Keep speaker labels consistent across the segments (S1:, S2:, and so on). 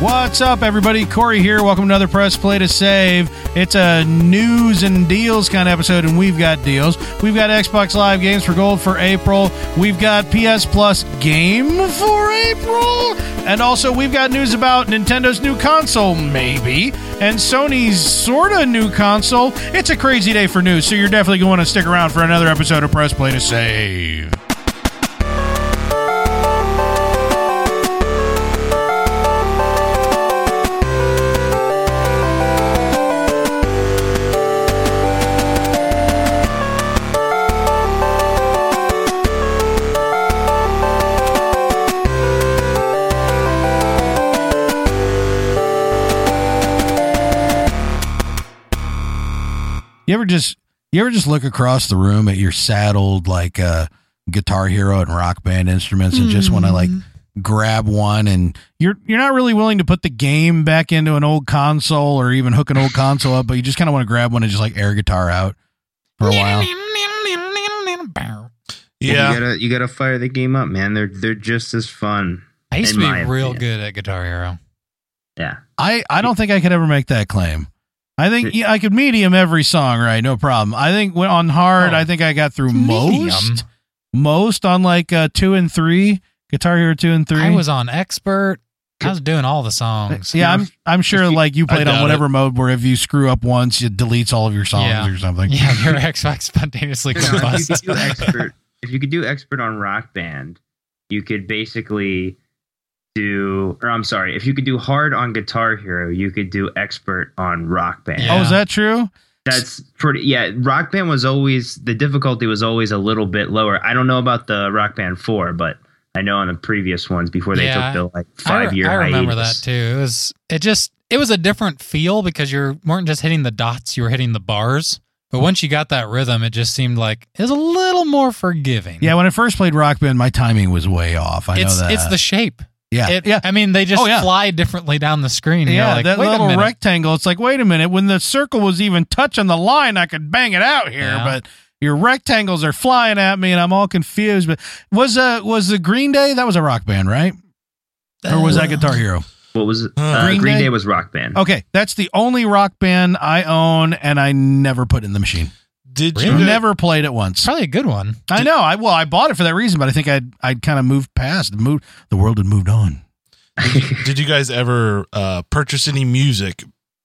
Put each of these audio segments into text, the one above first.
S1: What's up, everybody? Corey here. Welcome to another Press Play to Save. It's a news and deals kind of episode, and we've got deals. We've got Xbox Live games for gold for April. We've got PS Plus game for April. And also, we've got news about Nintendo's new console, maybe, and Sony's sort of new console. It's a crazy day for news, so you're definitely going to want to stick around for another episode of Press Play to Save. You ever just you ever just look across the room at your saddled like uh guitar hero and rock band instruments and just want to like
S2: Mm.
S1: grab one and you're you're not really willing to put the game back into an old console or even hook an old console up, but you just kind of want to grab one and just like air guitar out for a while.
S3: Yeah.
S4: You gotta you gotta fire the game up, man. They're they're just as fun.
S2: I used to
S4: In
S2: be
S4: my
S2: real
S4: opinion.
S2: good at Guitar Hero.
S4: Yeah.
S1: I I don't think I could ever make that claim. I think yeah, I could medium every song right, no problem. I think when on hard,
S2: Oh.
S1: I think I got through
S2: Medium.
S1: most most on like uh, two and three, Guitar Hero two and three. Uh,
S2: I was on expert. I was doing all the songs.
S1: Yeah, I'm I'm sure
S4: you-
S1: like you played on
S3: doubt
S1: whatever mode where if you screw up once, it deletes all of your songs
S2: Yeah.
S1: or something.
S2: Yeah, your Xbox spontaneously
S4: You know, if, you
S2: combusts.
S4: could do expert, if you could do expert on rock band, you could basically do or I'm sorry, if you could do hard on guitar hero, you could do expert on rock band.
S2: Yeah.
S1: Oh, is that true?
S4: That's pretty yeah, rock band was always the difficulty was always a little bit lower. I don't know about the rock band four, but I know on the previous ones before they
S2: Yeah,
S4: took the like
S2: I,
S4: five
S2: re-
S4: year
S2: I remember that
S4: hiatus.
S2: too. It was it just it was a different feel because you weren't just hitting the dots, you were hitting the bars. But once you got that rhythm, it just seemed like it was a little more forgiving.
S1: Yeah, when I first played Rock Band, my timing was way off. I
S2: it's
S1: know that.
S2: it's the shape.
S1: yeah
S2: It,
S1: yeah.
S2: I mean, they just
S1: Oh, yeah.
S2: fly differently down the screen. and
S1: Yeah,
S2: you're like,
S1: that
S2: Wait a
S1: little
S2: minute.
S1: rectangle. It's like, wait a minute. When the circle was even touching the line, I could bang it out here,
S2: Yeah.
S1: but your rectangles are flying at me, and I'm all confused. But was uh was the Green Day? That was a rock band, right? Or
S2: Uh,
S1: was that Guitar Hero?
S4: What was it?
S3: Huh.
S4: uh,
S1: Green
S4: Green,
S1: Day?
S4: Day? was rock band.
S2: Oh,
S1: Okay, that's the only rock band I own, and I never put in the machine.
S3: Did you
S2: Really?
S3: guys-
S1: Never played it once.
S2: Probably a good one.
S1: I know. I well, I bought it for that reason, but I think I'd I'd kind of moved past moved the world had moved on.
S3: did you guys ever uh, purchase any music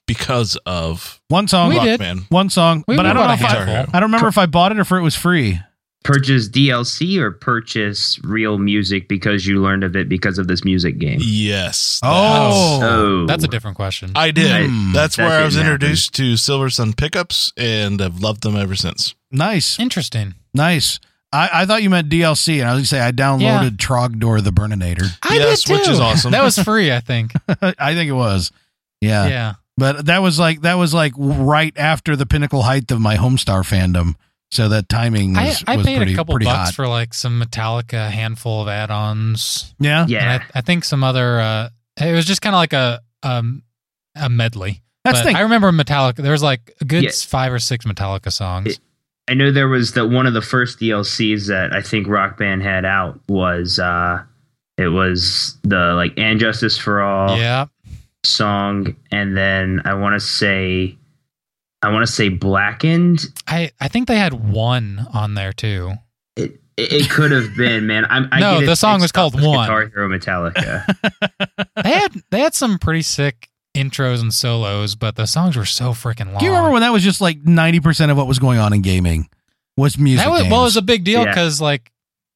S3: because of
S1: One song,
S2: We
S3: Rock
S2: did.
S3: Man?
S1: one song,
S2: We
S1: but I don't know
S2: bought
S1: if
S2: a
S1: I,
S3: Guitar Hero.
S1: I don't remember if I bought it or if it was free.
S4: purchase DLC or purchase real music because you learned of it because of this music game?
S3: Yes.
S1: Oh.
S4: Oh,
S2: That's a different question.
S3: that's- I did.
S1: Hmm.
S3: That's
S4: That
S3: where I was
S4: didn't happen.
S3: introduced to Silver Sun pickups, and I've loved them ever since.
S1: Nice,
S2: Interesting.
S1: nice. I, I thought you meant DLC, and I was gonna say I
S2: Yeah.
S1: downloaded Trogdor the Burninator.
S2: I
S3: Yes,
S2: did too.
S3: which is awesome.
S2: That was free, I think.
S1: I think it was, yeah.
S2: yeah.
S1: But that was like that was like right after the pinnacle height of my Homestar fandom. So that timing
S2: I,
S1: was,
S2: I
S1: was
S2: paid
S1: pretty
S2: a couple
S1: pretty
S2: bucks
S1: hot.
S2: for like some Metallica handful of add-ons.
S1: yeah,
S4: yeah.
S2: And I, I think some other. Uh, it was just kind of like a um, a medley.
S1: that's
S2: But
S1: the thing.
S2: I remember Metallica. There was like a good
S4: Yeah.
S2: five or six Metallica songs.
S4: It- I know there was that one of the first DLCs that I think Rock Band had out was uh it was the like "And Justice for All"
S2: yeah,
S4: song, and then I want to say, I want to say "Blackened."
S2: I I think they had one on there too.
S4: It it, it could have been man. I'm, I
S2: No,
S4: get it
S2: the song was
S4: mixed up
S2: called
S4: with
S2: One.
S4: Guitar Hero Metallica.
S2: They had they had some pretty sick intros and solos, but the songs were so freaking long.
S1: Do you remember when that was just like ninety percent of what was going on in gaming was music?
S2: that was
S1: games.
S2: well, it was a big deal
S4: Yeah.
S2: because like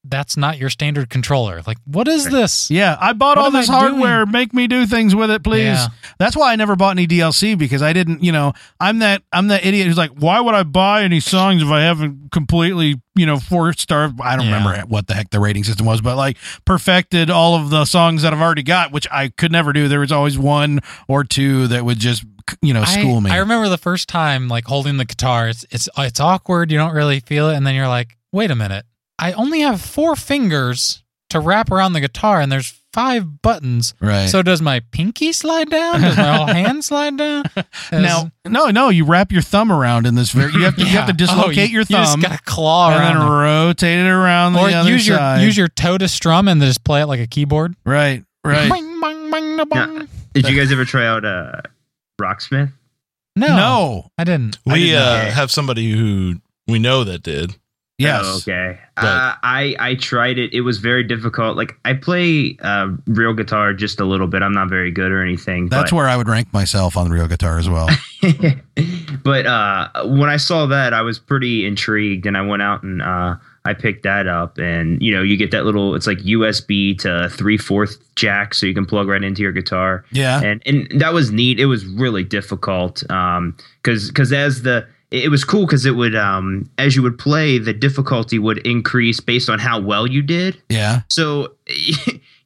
S2: that's not your standard controller. Like, what is
S4: Right.
S2: this?
S1: Yeah, I bought
S2: What
S1: all
S2: am I
S1: this hardware. Make me do things with it, please.
S2: Yeah.
S1: That's why I never bought any DLC because I didn't, you know, I'm that I'm that idiot who's like, why would I buy any songs if I haven't completely, you know, four star? I don't
S2: Yeah.
S1: remember what the heck the rating system was, but like perfected all of the songs that I've already got, which I could never do. There was always one or two that would just, you know,
S2: I-
S1: Oh, school me.
S2: I, remember the first time like holding the guitar. It's it's it's awkward. You don't really feel it, and then you're like, wait a minute. I only have four fingers to wrap around the guitar, and there's five buttons.
S1: right.
S2: So does my pinky slide down? Does my whole hand slide down?
S1: now, no, no, you wrap your thumb around in this. Very, you have to, you have to
S2: Yeah. Oh,
S1: dislocate
S2: you-
S1: your
S2: You just
S1: thumb
S2: got to claw
S1: and then
S2: around.
S1: rotate it around the
S2: or
S1: other
S2: use your
S1: side.
S2: use your toe to strum and then just play it like a keyboard.
S1: right, right.
S2: Bing, bing, bing, da,
S4: Yeah.
S2: bing.
S4: Did you guys ever try out uh, Rocksmith?
S2: No,
S1: No.
S2: I didn't.
S3: We
S4: didn't know
S3: uh,
S4: that.
S3: have somebody who we know that did.
S1: Yes.
S4: Oh, okay.
S3: Right.
S4: Uh, I I tried it. It was very difficult. Like I play uh, real guitar just a little bit. I'm not very good or anything.
S1: That's
S4: but,
S1: where I would rank myself on the real guitar as well.
S4: but uh, when I saw that, I was pretty intrigued, and I went out and uh, I picked that up. And you know, you get that little. It's like USB to three fourth jack, so you can plug right into your guitar.
S1: Yeah.
S4: and and that was neat. It was really difficult um because because as the it it was cool because it would um as you would play the difficulty would increase based on how well you did.
S1: Yeah.
S4: So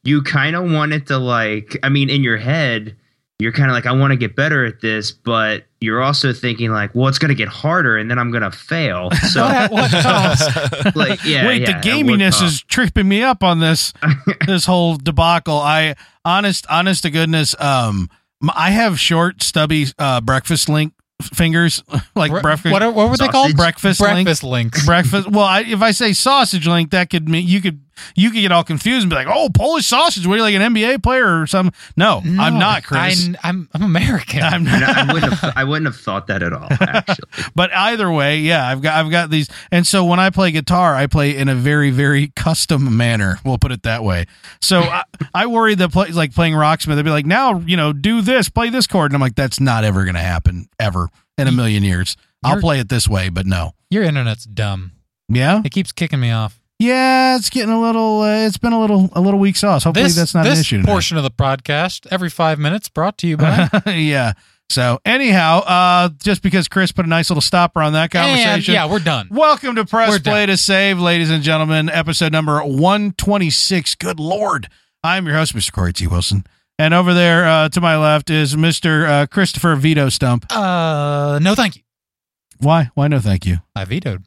S4: you kind of wanted to like I mean in your head you're kind of like I want to get better at this, but you're also thinking like well it's gonna get harder and then I'm gonna fail. So
S2: What, what cost?
S4: like yeah,
S1: Wait,
S4: yeah,
S1: the
S4: at what
S1: gaminess
S4: cost?
S1: is tripping me up on this this whole debacle. I honest honest to goodness, um m- I have short stubby uh breakfast link fingers like
S2: Re-
S1: breakfast
S2: what, are- what were they called?
S4: Sausage?
S1: breakfast link
S2: Breakfast links.
S1: breakfast. Well, I, if I say sausage link, that could mean you could you could get all confused and be like, "Oh, Polish sausage? What are you like an NBA player or something?" No, I'm
S2: No,
S1: not, Chris.
S2: I, am I'm American.
S1: I'm
S4: And
S1: not.
S4: I I wouldn't have I wouldn't have thought that at all actually.
S1: But either way, yeah, I've got I've got these, and so when I play guitar, I play in a very very custom manner. We'll put it that way. So I, I worry that play, like playing Rocksmith, they'd be like, now you know, do this, play this chord, and I'm like, that's not ever gonna happen ever in a million years. I'll
S2: You're-
S1: play it this way, but no.
S2: Your internet's dumb.
S1: Yeah,
S2: It keeps kicking me off.
S1: yeah, it's getting a little. Uh, it's been a little, a little weak sauce. Hopefully,
S2: this
S1: that's not
S2: this
S1: an issue. tonight.
S2: portion of the podcast every five minutes brought to you by.
S1: yeah. So anyhow, uh, just because Chris put a nice little stopper on that
S2: and,
S1: conversation.
S2: yeah, we're done.
S1: Welcome to Press
S2: We're done.
S1: Play to Save, ladies and gentlemen, episode number 126. Good Lord. I'm your host, Mr. Corey T. Wilson. And over there uh, to my left is Mr. Uh, Christopher Vito Stump.
S2: Uh, no, thank you.
S1: Why? Why no thank you.
S2: I vetoed.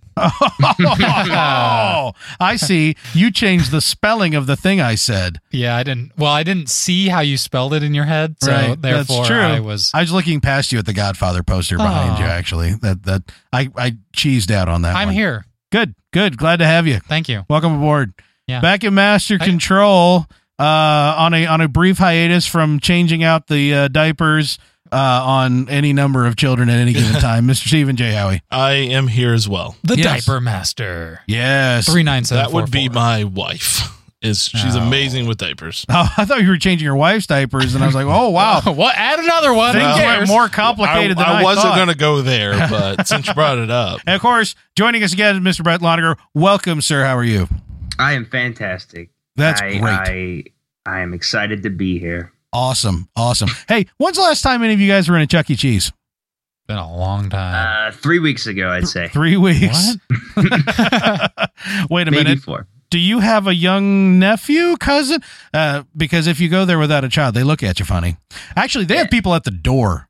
S1: Oh, I see. You changed the spelling of the thing I said.
S2: Yeah, I didn't. Well, I didn't see how you spelled it in your head, so
S1: Right, that's
S2: therefore
S1: true.
S2: I was.
S1: I was looking past you at the Godfather poster behind
S2: Aw.
S1: you, actually. That that I, I cheesed out on that
S2: Oh. I'm
S1: one.
S2: here.
S1: Good, good. Glad to have you.
S2: Thank you.
S1: Welcome aboard.
S2: Yeah.
S1: Back in master
S2: I-
S1: control uh, on a on a brief hiatus from changing out the uh, diapers uh, on any number of children at any given time. Mr. Stephen J. Howie.
S3: I am here as well.
S2: The
S1: Yes.
S2: diaper master.
S1: Yes.
S2: Three nine seven.
S3: that would be my wife. Is she's
S2: Oh.
S3: amazing with diapers?
S1: Oh, I thought you were changing your wife's diapers, and I was like, oh wow,
S2: what? Add another one.
S1: things
S2: Who
S1: went
S2: cares?
S1: more complicated
S3: I,
S1: than I,
S3: I wasn't
S1: thought.
S3: gonna go there, but since you brought it up,
S1: And of course, joining us again, is Mr. Brett Loniger. Welcome, sir. How are you?
S4: I am fantastic.
S1: That's
S4: I,
S1: great.
S4: I I am excited to be here.
S1: awesome. Awesome. Hey, when's the last time any of you guys were in a Chuck E. Cheese?
S2: Been a long time.
S4: Uh, three weeks ago, I'd say.
S1: Three weeks.
S2: what?
S1: Wait a
S4: Maybe
S1: minute.
S4: four.
S1: do you have a young nephew cousin uh, because if you go there without a child they look at you funny actually they have
S4: Yeah.
S1: people at the door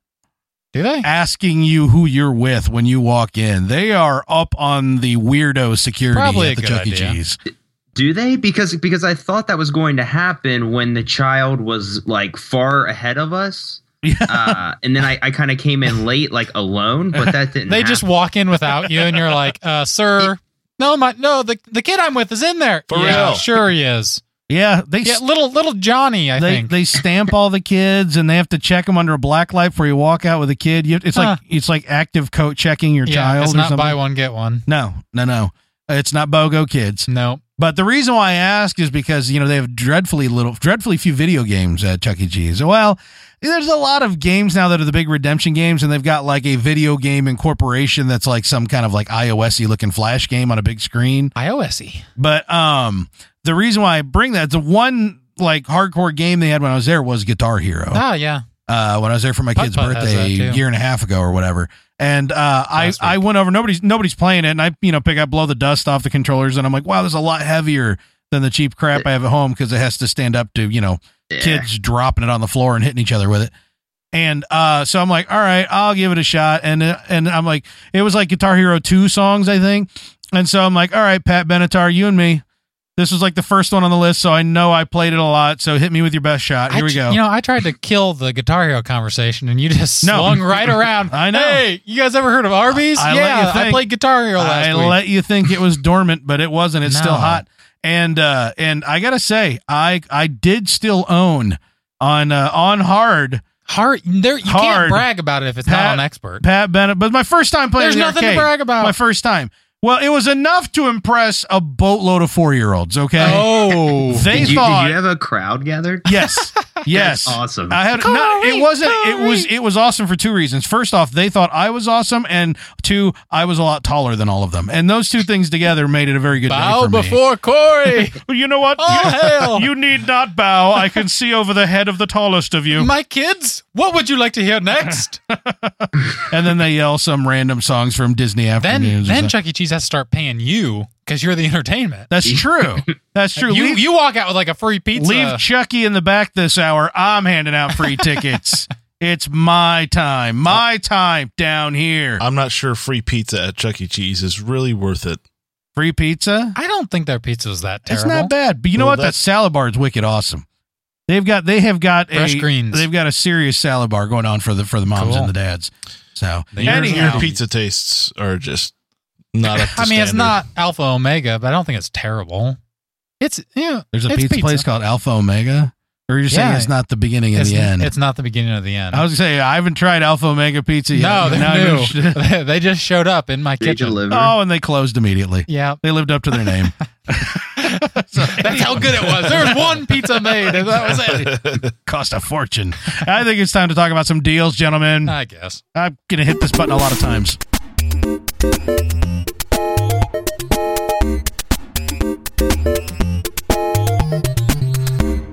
S2: Do they?
S1: asking you who you're with when you walk in they are up on the weirdo security
S2: Probably a
S1: at the
S2: good
S1: chuck e
S2: idea.
S1: cheese
S4: Do they? Because because I thought that was going to happen when the child was like far ahead of us.
S1: Yeah.
S4: Uh, and then I, I kind of came in late, like alone, but that didn't.
S3: Mm-hmm.
S2: They just
S4: happen.
S2: walk in without you, and you're like, uh, "Sir, no, my no, the the kid I'm with is in there.
S3: For
S2: yeah,
S3: real.
S2: sure he is.
S1: yeah they
S2: Yeah,
S1: s-
S2: little little Johnny, I
S1: they,
S2: think.
S1: they stamp all the kids and they have to check them under a black light before you walk out with a kid. You, it's like
S2: Huh.
S1: it's like active coat checking your
S2: yeah,
S1: child
S2: it's
S1: or
S2: not
S1: something.
S2: buy one get one.
S1: no, no, no. It's not BOGO kids.
S2: No,
S1: But the reason why I ask is because you know they have dreadfully little, dreadfully few video games at Chuck E. Cheese. Well, there's a lot of games now that are the big redemption games, and they've got like a video game incorporation that's like some kind of like iOSy looking flash game on a big screen.
S2: iOSy.
S1: But um, the reason why I bring that the one like hardcore game they had when I was there was Guitar Hero.
S2: Ah, yeah.
S1: Uh, when I was there for my kid's
S2: Putt-Putt has
S1: birthday
S2: that,
S1: a
S2: too.
S1: year and a half ago or whatever, and uh, I
S2: Last week.
S1: I went over. Nobody's nobody's playing it, and I you know pick I blow the dust off the controllers, and I'm like, wow, this is a lot heavier than the cheap crap I have at home because it has to stand up to you know
S4: Yeah.
S1: kids dropping it on the floor and hitting each other with it. And uh, so I'm like, all right, I'll give it a shot. And uh, and I'm like, it was like Guitar Hero two songs, I think. And so I'm like, all right, Pat Benatar, you and me. This was like the first one on the list, so I know I played it a lot. So hit me with your best shot. Here
S2: I
S1: we
S2: tr-
S1: go.
S2: You know, I tried to kill the Guitar Hero conversation, and you just
S1: No.
S2: swung right around.
S1: I know.
S2: Hey, you guys ever heard of Arby's?
S1: I- I let
S2: yeah,
S1: you think.
S2: I played Guitar Hero last
S1: I
S2: week.
S1: let you think it was dormant, but it wasn't. It's still
S2: No.
S1: hot. And uh and I gotta say, I I did still own on uh, on hard.
S2: Hard. There, you
S1: Hard.
S2: can't brag about it if it's
S1: Pat-
S2: not on expert.
S1: Pat Bennett, but my first time playing
S2: There's
S1: the
S2: nothing
S1: arcade.
S2: to brag about.
S1: My first time. Well, it was enough to impress a boatload of four year olds. Okay,
S2: oh,
S1: they
S4: Did you,
S1: thought
S4: did you have a crowd gathered?
S1: yes, yes.
S4: That's awesome.
S1: I had no.
S2: Corey,
S1: It wasn't. It
S2: Corey.
S1: was. It was awesome for two reasons. First off, they thought I was awesome, and two, I was a lot taller than all of them, and those two things together made it a very good day
S2: bow
S1: for me.
S2: before Oh. Corey.
S1: Well, you know what?
S2: All hail.
S1: you need not bow. I can see over the head of the tallest of you.
S2: My kids, what would you like to hear next?
S1: And then they yell some random songs from Disney
S2: then,
S1: afternoons. or
S2: then
S1: something.
S2: Chuck E. Cheese has to start paying you because you're the entertainment.
S1: that's true. That's true.
S2: You
S1: leave,
S2: you walk out with like a free pizza.
S1: leave Chucky in the back this hour. I'm handing out free tickets. It's my time. My time down here.
S3: I'm not sure free pizza at Chuck E. Cheese is really worth it.
S1: Free pizza.
S2: I don't think their pizza was that terrible.
S1: It's not bad. But you know
S3: Well,
S1: what? That
S3: that's-
S1: salad bar is wicked awesome. They've got they have got
S2: Fresh
S1: a
S2: greens.
S1: they've got a serious salad bar going on for the for the moms
S2: Cool.
S1: and the dads. So
S3: Your,
S1: anyhow,
S3: your pizza tastes are just not up to
S2: I mean, it's
S3: standard.
S2: not Alpha Omega, but I don't think it's terrible. It's yeah.
S1: There's a
S2: It's
S1: pizza,
S2: pizza.
S1: place called Alpha Omega. Or you're saying
S2: Yeah.
S1: it's not the beginning and
S2: It's,
S1: the end.
S2: it's not the beginning of the end.
S1: I was gonna say I haven't tried Alpha Omega pizza yet.
S2: no,
S1: Now I know
S2: they
S1: sh-
S2: knew. they just showed up in my
S4: They
S2: kitchen.
S4: deliver.
S1: oh, and they closed immediately.
S2: Yeah,
S1: They lived up to their name. So,
S2: that's how good it was. There was one pizza made, and that was it.
S1: cost a fortune. I think it's time to talk about some deals, gentlemen.
S2: I guess.
S1: I'm gonna hit this button a lot of times.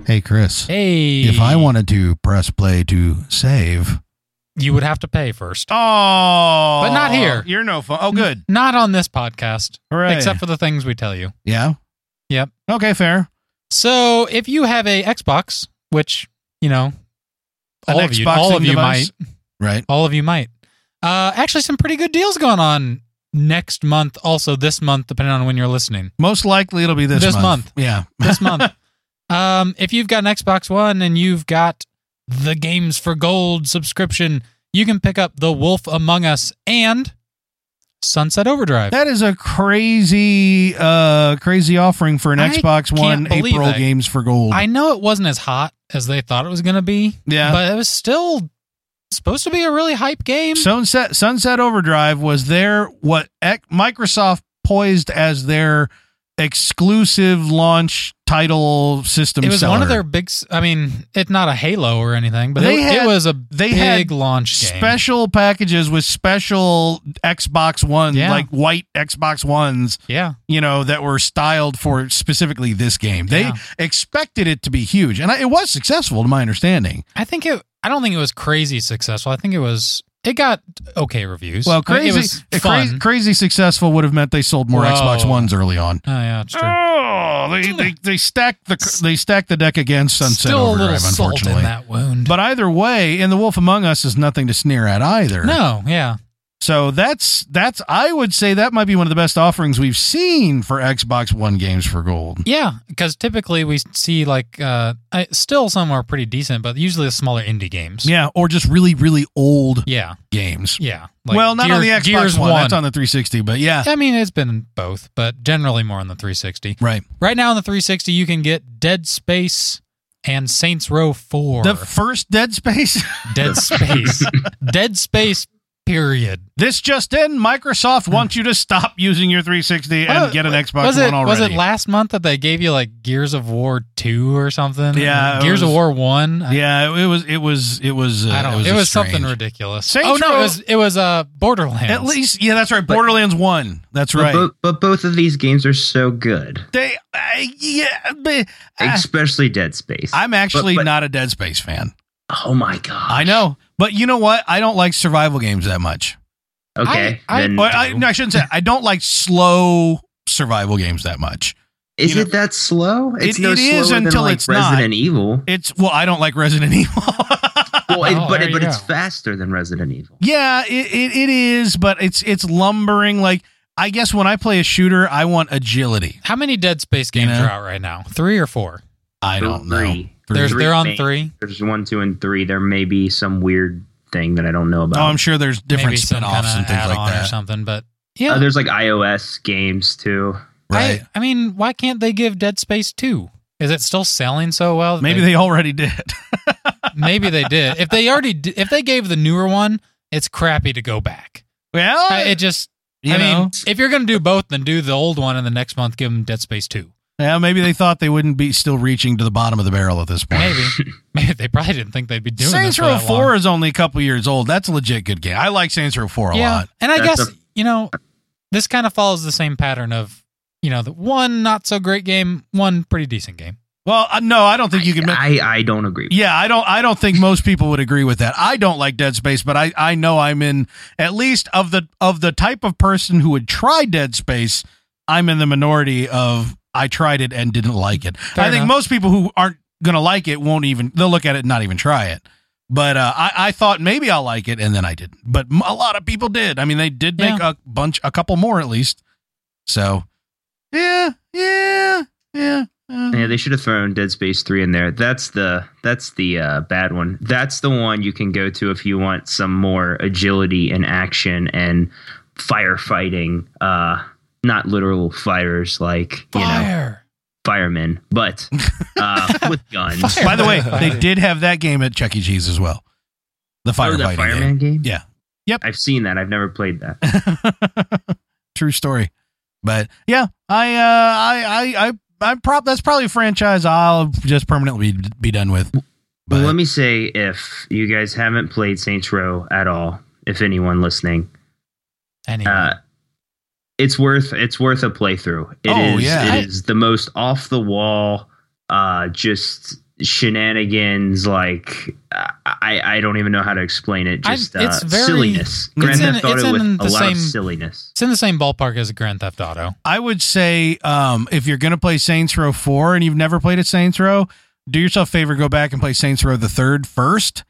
S1: Hey Chris,
S2: Hey,
S1: if I wanted to press play to save,
S2: you would have to pay first.
S1: oh,
S2: But not here.
S1: You're no fun. Oh, good.
S2: Not on this podcast,
S1: Hooray.
S2: except for the things we tell you.
S1: yeah.
S2: Yep.
S1: Okay, fair.
S2: So if you have a Xbox, which you know,
S1: An
S2: all of you,
S1: Xboxing
S2: all of you
S1: device?
S2: might,
S1: Right.
S2: all of you might. Uh, actually, some pretty good deals going on next month. Also, this month, depending on when you're listening.
S1: Most likely it'll be this,
S2: This month.
S1: Yeah.
S2: This month, um, if you've got an Xbox One and you've got the Games for Gold subscription, you can pick up The Wolf Among Us and Sunset Overdrive.
S1: That is a crazy, uh, crazy offering for an
S2: I
S1: Xbox One
S2: believe
S1: April
S2: that.
S1: games for gold.
S2: I know it wasn't as hot as they thought it was going to be,
S1: yeah.
S2: but it was still supposed to be a really hype game.
S1: Sunset Sunset Overdrive was their what ec- Microsoft poised as their exclusive launch title system.
S2: it was
S1: seller.
S2: one of their big. s- I mean, it's not a Halo or anything, but
S1: They
S2: it,
S1: had-
S2: it was a
S1: they
S2: big
S1: had
S2: launch game.
S1: special packages with special Xbox One,
S2: Yeah.
S1: like white Xbox Ones,
S2: yeah,
S1: you know, that were styled for specifically this game. They
S2: Yeah.
S1: expected it to be huge, and I, it was successful, to my understanding.
S2: I think it. I don't think it was crazy successful. I think it was. It got okay reviews.
S1: Well,
S2: I mean,
S1: crazy,
S2: It was
S1: cra-
S2: fun.
S1: crazy, successful would have meant they sold more
S2: Whoa.
S1: Xbox Ones early on.
S2: oh yeah, it's true.
S1: Oh, they, they they stacked the they stacked the deck against Sunset
S2: Still a little
S1: Overdrive,
S2: salt
S1: unfortunately.
S2: in that wound.
S1: But either way, and The Wolf Among Us is nothing to sneer at either.
S2: no, yeah,
S1: So that's that's I would say that might be one of the best offerings we've seen for Xbox One games for gold.
S2: yeah. Because typically we see like uh, I, still some are pretty decent, but usually the smaller indie games.
S1: Yeah, or just really really old
S2: yeah,
S1: games.
S2: yeah.
S1: well, not on the
S2: Gear-
S1: Xbox
S2: Gears
S1: One, that's on the 360, but yeah.
S2: I mean, it's been both, but generally more on the 360.
S1: Right.
S2: Right now on the 360, you can get Dead Space and Saints Row 4.
S1: The first Dead Space.
S2: Dead Space. Dead Space, period.
S1: this just in, Microsoft wants you to stop using your 360 and
S2: Well,
S1: get an Xbox
S2: was it,
S1: One already.
S2: was it last month that they gave you like Gears of War 2 or something?
S1: Yeah, it
S2: Gears of
S1: was-
S2: War 1? I-
S1: Yeah, it was. It was. It was. Uh,
S2: I don't know.
S1: It was, a
S2: something
S1: strange-
S2: ridiculous.
S1: Saints
S2: oh, no.
S1: Row-
S2: it was, it was uh, Borderlands.
S1: At least, yeah, that's right. Borderlands One. That's
S4: But
S1: right.
S4: bo- but both of these games are so good,
S1: they, uh, yeah. They, uh,
S4: especially Dead Space.
S1: I'm actually
S4: but- but-
S1: not a Dead Space fan.
S4: oh my god!
S1: I know, but you know what? I don't like survival games that much.
S4: Okay,
S2: I- I-
S4: then
S1: Or I, no, I shouldn't say. I don't like slow survival games that much.
S4: is
S1: you know-
S4: it that slow? It's
S1: It-
S4: no
S1: it is
S4: slower
S1: until
S4: than, like,
S1: it's not.
S4: Resident Evil.
S1: It's well, I don't like Resident Evil.
S4: Well, it,
S2: Oh,
S4: but
S2: there
S4: it, but
S2: you
S4: it's
S2: go.
S4: faster than Resident Evil.
S1: Yeah, it, it, it is, but it's it's lumbering. Like I guess when I play a shooter, I want agility.
S2: How many Dead Space games
S1: You know?
S2: are out right now? Three or four?
S1: I don't know.
S4: Three.
S1: Three.
S2: There's, they're on
S4: main.
S2: three.
S4: There's one, two, and three. There may be some weird thing that I don't know
S1: Oh,
S4: about.
S1: I'm sure there's different
S2: Maybe some
S1: spin-offs
S2: kinda
S1: and things
S2: add-on
S1: like
S2: or
S1: that.
S2: something, but
S4: Uh,
S2: yeah.
S4: there's like iOS games too.
S1: Right.
S2: I, I mean, why can't they give Dead Space 2? Is it still selling so well? that
S1: Maybe they already did.
S2: Maybe they did. If they already, d- if they gave the newer one, it's crappy to go back.
S1: Well,
S2: I- It just,
S1: you
S2: I mean,
S1: know,
S2: if you're gonna do both, then do the old one, and the next month give them Dead Space Two.
S1: yeah, maybe they thought they wouldn't be still reaching to the bottom of the barrel at this point.
S2: Maybe, maybe they probably didn't think they'd be doing this
S1: Saints
S2: for
S1: Row
S2: that long.
S1: Four is only a couple years old. That's a legit good game. I like Saints Row Four a lot.
S2: And I
S4: That's
S2: guess, you know, this kind of follows the same pattern of, you know, the one not so great game, one pretty decent game.
S1: Well, uh, no, I don't think you can. ma-
S4: I, I don't agree.
S1: yeah, I don't. I don't think most people would agree with that. I don't like Dead Space, but I, I know I'm in at least of the of the type of person who would try Dead Space. I'm in the minority of I tried it and didn't like it.
S2: Fair
S1: I think
S2: enough.
S1: most people who aren't gonna like it won't even. They'll look at it, and not even try it. But uh, I, I thought maybe I'll like it, and then I didn't. But m- a lot of people did. I mean, they did make a bunch, a couple more at least. So, yeah, yeah, yeah. uh.
S4: Yeah, they should have thrown Dead Space three in there. That's the that's the uh, bad one. That's the one you can go to if you want some more agility and action and firefighting. Uh, not literal fighters like you know
S2: Fire.
S4: firemen, but uh, with guns.
S2: Fire.
S1: By the way, they
S2: Firefighting.
S1: did have that game at Chuck E. Cheese as well. The
S4: Oh, that
S1: firefighting
S4: fireman game.
S1: Yeah. Yep.
S4: I've seen that. I've never played that.
S1: game. True story. But yeah, I uh I I I I prop that's probably a franchise I'll just permanently be, be done with. But
S4: well, let me say if you guys haven't played Saints Row at all, if anyone listening,
S2: Anyway.
S4: uh, it's worth it's worth a playthrough. It is
S1: Oh, yeah.
S4: it is the most off the wall, uh, just shenanigans. Like I I I don't even know how to explain it.
S2: I-
S4: Just
S2: it's
S4: uh,
S2: very-
S4: silliness.
S1: it's
S4: Grand
S2: in-
S4: Theft Auto
S2: it's
S4: with
S2: in
S4: a
S2: the
S4: lot
S2: same-
S4: of silliness.
S2: it's in the same ballpark as Grand Theft Auto.
S1: I would say um if you're gonna play Saints Row four and you've never played a Saints Row, do yourself a favor, go back and play Saints Row the third first.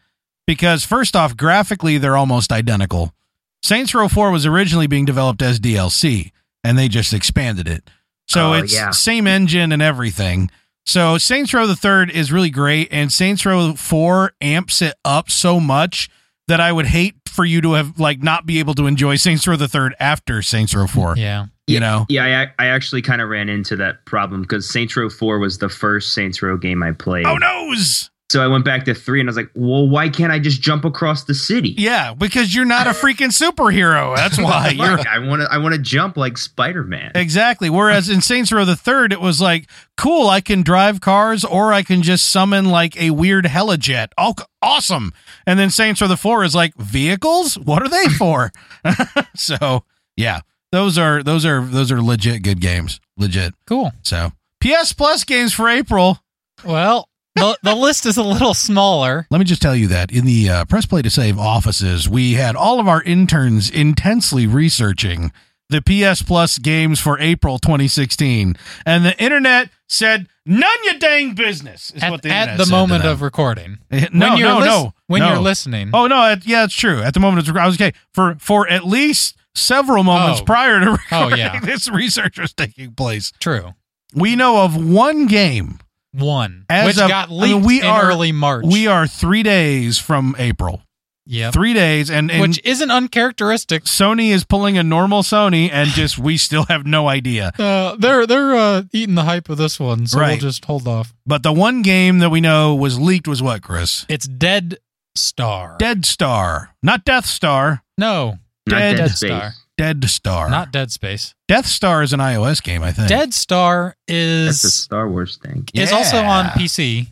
S1: Because first off, graphically they're almost identical. Saints Row 4 was originally being developed as DLC and they just expanded it. So
S4: Oh,
S1: it's
S4: yeah.
S1: same engine and everything. So Saints Row the 3rd is really great and Saints Row 4 amps it up so much that I would hate for you to have like not be able to enjoy Saints Row the 3rd after Saints Row 4,
S2: Yeah.
S1: you know.
S4: Yeah, I ac- I actually kind of ran into that problem because Saints Row Four was the first Saints Row game I played.
S1: Oh noes.
S4: So I went back to three and I was like, well, why can't I just jump across the city?
S1: Yeah, because you're not a freaking superhero. That's why you're
S4: Fuck, I want to I want to jump like Spider Man.
S1: Exactly. Whereas in Saints Row the Third, it was like, cool, I can drive cars, or I can just summon like a weird helijet. Oh, awesome! And then Saints Row the Four is like vehicles. What are they for? so yeah, those are those are those are legit good games. Legit.
S2: Cool.
S1: So PS Plus games for April.
S2: Well, the, the list is a little smaller.
S1: Let me just tell you that in the uh, Press Play to Save offices, we had all of our interns intensely researching the PS Plus games for April 2016, and the internet said, "None your dang business." Is what
S2: At,
S1: the
S2: at
S1: internet
S2: the
S1: said to
S2: moment
S1: them. Eh,
S2: of recording.
S1: no,
S2: when you're
S1: no,
S2: lis-
S1: no,
S2: When
S1: no.
S2: you're listening.
S1: Oh no, it, yeah, it's true. At the moment, it's, I was okay for for at least several moments
S2: Oh.
S1: prior to
S2: Oh,
S1: recording,
S2: yeah.
S1: this research was taking place.
S2: True.
S1: We know of one game.
S2: One.
S1: As
S2: which
S1: of-
S2: got
S1: I mean,
S2: leaked
S1: we
S2: in
S1: are-
S2: early March.
S1: We are three days from April.
S2: Yep.
S1: Three days, and, and
S2: Which isn't uncharacteristic
S1: Sony is pulling a normal Sony, and just we still have no idea.
S2: Uh, they're they're uh, eating the hype of this one, so
S1: Right.
S2: we'll just hold off.
S1: But the one game that we know was leaked was what, Chris?
S2: It's Dead Star.
S1: Dead Star, not Death Star.
S2: no,
S4: Not
S1: Dead
S4: Dead
S2: Star.
S4: Space.
S1: Dead Star.
S2: not Dead Space.
S1: Death Star is an iOS game, I think.
S2: Dead Star
S4: That's a
S2: is
S4: Star Wars thing.
S2: is also on
S1: Yeah.
S2: PC,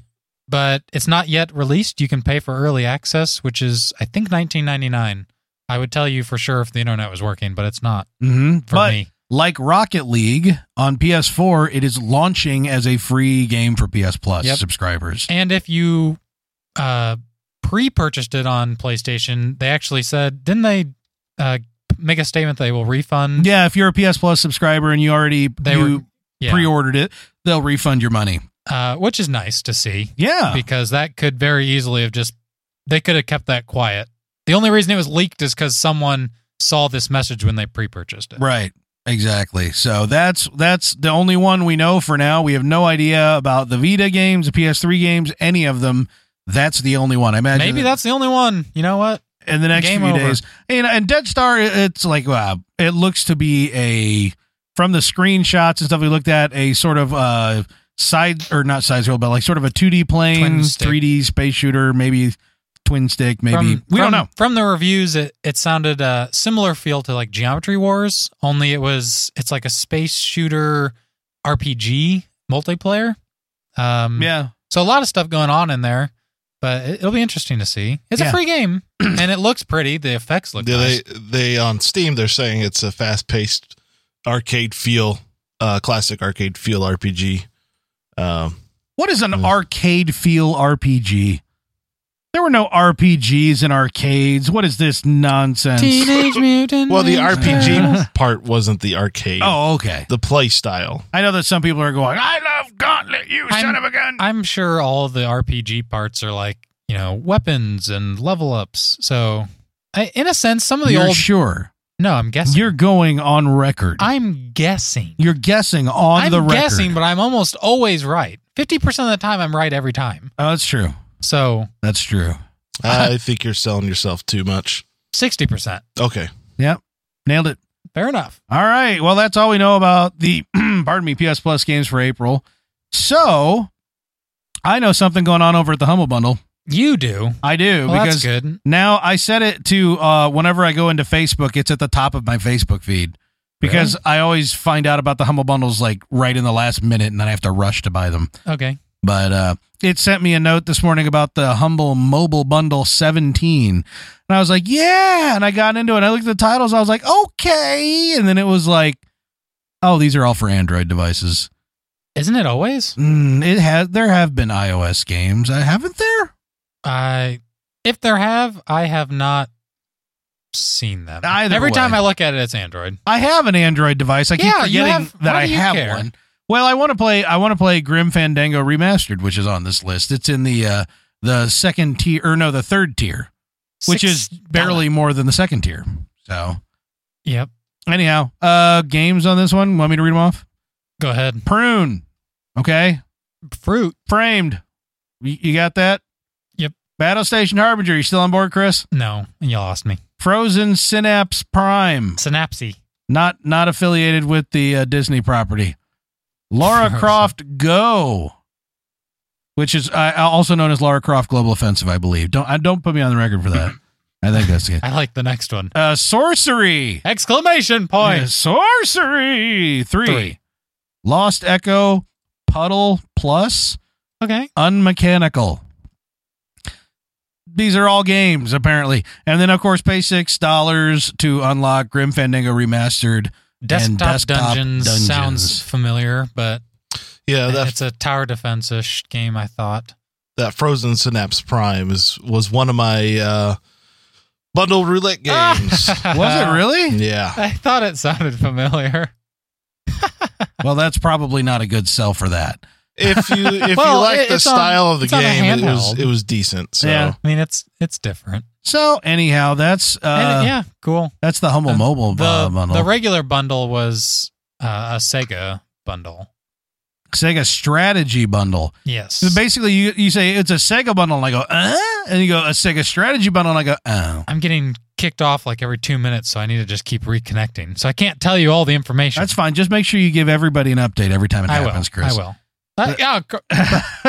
S2: but it's not yet released. You can pay for early access, which is I think 19.99. I would tell you for sure if the internet was working, but it's not
S1: hmm
S2: for
S1: But
S2: me.
S1: like Rocket League on PS4, it is launching as a free game for PS Plus
S2: Yep.
S1: subscribers.
S2: And if you uh, pre-purchased it on PlayStation, they actually said didn't they uh, make a statement they will refund?
S1: Yeah, if you're a PS Plus subscriber and you already
S2: They
S1: you
S2: were- Yeah.
S1: pre-ordered it, they'll refund your money.
S2: uh, which is nice to see
S1: Yeah.
S2: because that could very easily have just they could have kept that quiet. The only reason it was leaked is because someone saw this message when they pre-purchased it.
S1: Right. Exactly. So that's that's the only one we know for now. We have no idea about the Vita games, the PS3 games, any of them. That's the only one. I imagine
S2: Maybe that's the only one. You know what?
S1: in the next
S2: game
S1: few
S2: over.
S1: days. And, and Dead Star, it's like wow, it looks to be a from the screenshots and stuff we looked at a sort of uh, side or not side scroll, but like sort of a 2D plane,
S2: Twin stick.
S1: 3D space shooter, maybe twin stick, maybe we don't
S2: from-
S1: know.
S2: From the reviews, it, it sounded a similar feel to like Geometry Wars, only it was it's like a space shooter RPG multiplayer. Um,
S1: Yeah,
S2: So a lot of stuff going on in there, but it, will be interesting to see. It's
S1: Yeah.
S2: a free game, and it looks pretty. The effects look
S3: Yeah,
S2: nice.
S3: they they on Steam they're saying it's a fast paced arcade feel, uh, classic arcade feel RPG. Um,
S1: what is an
S3: Mm.
S1: arcade feel RPG? There were no RPGs in arcades. What is this nonsense?
S2: Teenage Mutant.
S3: well, the
S2: Ninja Turtles.
S3: RPG part wasn't the arcade.
S1: Oh, okay.
S3: the play style.
S1: I know that some people are going, "I love Gauntlet, you
S2: I'm-
S1: son of a gun."
S2: I'm sure all the RPG parts are like you know weapons and level ups. So, I, in a sense, some of the
S1: You're
S2: old.
S1: sure
S2: no, I'm guessing.
S1: you're going on record.
S2: I'm guessing.
S1: you're guessing on
S2: I'm
S1: the record.
S2: guessing, but I'm almost always right. Fifty percent of the time, I'm right every time.
S1: oh, that's true.
S2: So
S1: That's true.
S3: I think you're selling yourself too much.
S2: sixty percent.
S3: Okay,
S1: Nailed it.
S2: Fair enough.
S1: All right. Well, that's all we know about the pardon me PS Plus games for April. So I know something going on over at the Humble Bundle.
S2: You do.
S1: I do
S2: Well, that's
S1: because
S2: good.
S1: now I set it to uh, whenever I go into Facebook, it's at the top of my Facebook feed because I always find out about the Humble Bundles like right in the last minute, and then I have to rush to buy them.
S2: Okay.
S1: But uh, it sent me a note this morning about the Humble Mobile Bundle 17. And I was like, yeah. And I got into it. I looked at the titles. I was like, okay. And then it was like, oh, these are all for Android devices.
S2: Isn't it always?
S1: Mm, it has. There have been iOS games. I haven't there.
S2: I if there have, I have not seen them.
S1: Either
S2: Every
S1: way.
S2: time I look at it, it's Android.
S1: I have an Android device. I keep
S2: Yeah, you
S1: forgetting
S2: have-
S1: that
S2: why
S1: I
S2: do you
S1: have
S2: care?
S1: one. Well, I want to play. I want to play Grim Fandango Remastered, which is on this list. It's in the uh, the second tier, or no, the third tier, which
S2: Six
S1: is barely more than the second tier. So
S2: Yep.
S1: Anyhow, uh games on this one. Want me to read them off?
S2: Go ahead.
S1: Prune. Okay.
S2: Fruit.
S1: Framed. Y- You got that?
S2: Yep.
S1: Battle Station Harbinger. You still on board, Chris?
S2: No, you lost me.
S1: Frozen Synapse Prime.
S2: Synapse.
S1: Not not affiliated with the uh, Disney property. Lara
S2: Frozen.
S1: Croft Go, which is uh, also known as Lara Croft Global Offensive, I believe. Don't uh, don't put me on the record for that. I think that's it.
S2: I like the next one.
S1: Uh, sorcery.
S2: Exclamation point.
S1: Yeah, sorcery three.
S2: Three.
S1: Lost Echo, Puddle Plus,
S2: Okay.
S1: Unmechanical. These are all games apparently, and then of course pay six dollars to unlock Grim Fandango Remastered.
S2: Desktop,
S1: Desktop
S2: dungeons,
S1: Dungeons.
S2: sounds familiar, but
S3: yeah, that
S2: it's a tower defense ish game. I thought.
S3: that Frozen Synapse Prime is was one of my uh, bundle roulette
S2: Ah.
S3: games.
S1: Was it really?
S3: yeah,
S2: I thought it sounded familiar.
S1: well, that's probably not a good sell for that.
S3: if you if
S2: Well,
S3: you like
S2: it-
S3: the
S2: it's on-
S3: style of the
S2: it's on a
S3: game, it was
S2: handheld.
S3: it was decent. So
S1: Yeah.
S2: I mean, it's it's different.
S1: So anyhow, that's uh,
S2: And, yeah, cool.
S1: that's the humble
S2: Uh,
S1: mobile uh,
S2: the,
S1: bundle.
S2: the regular bundle was uh, a Sega bundle.
S1: Sega Strategy Bundle.
S2: Yes.
S1: So basically, you you say it's a Sega bundle, and I go, uh, and you go a Sega strategy bundle, and I go, oh.
S2: I'm getting kicked off like every two minutes, so I need to just keep reconnecting. So I can't tell you all the information.
S1: That's fine. Just make sure you give everybody an update every time it
S2: I
S1: happens,
S2: will.
S1: Chris.
S2: I will. Uh, yeah, gr-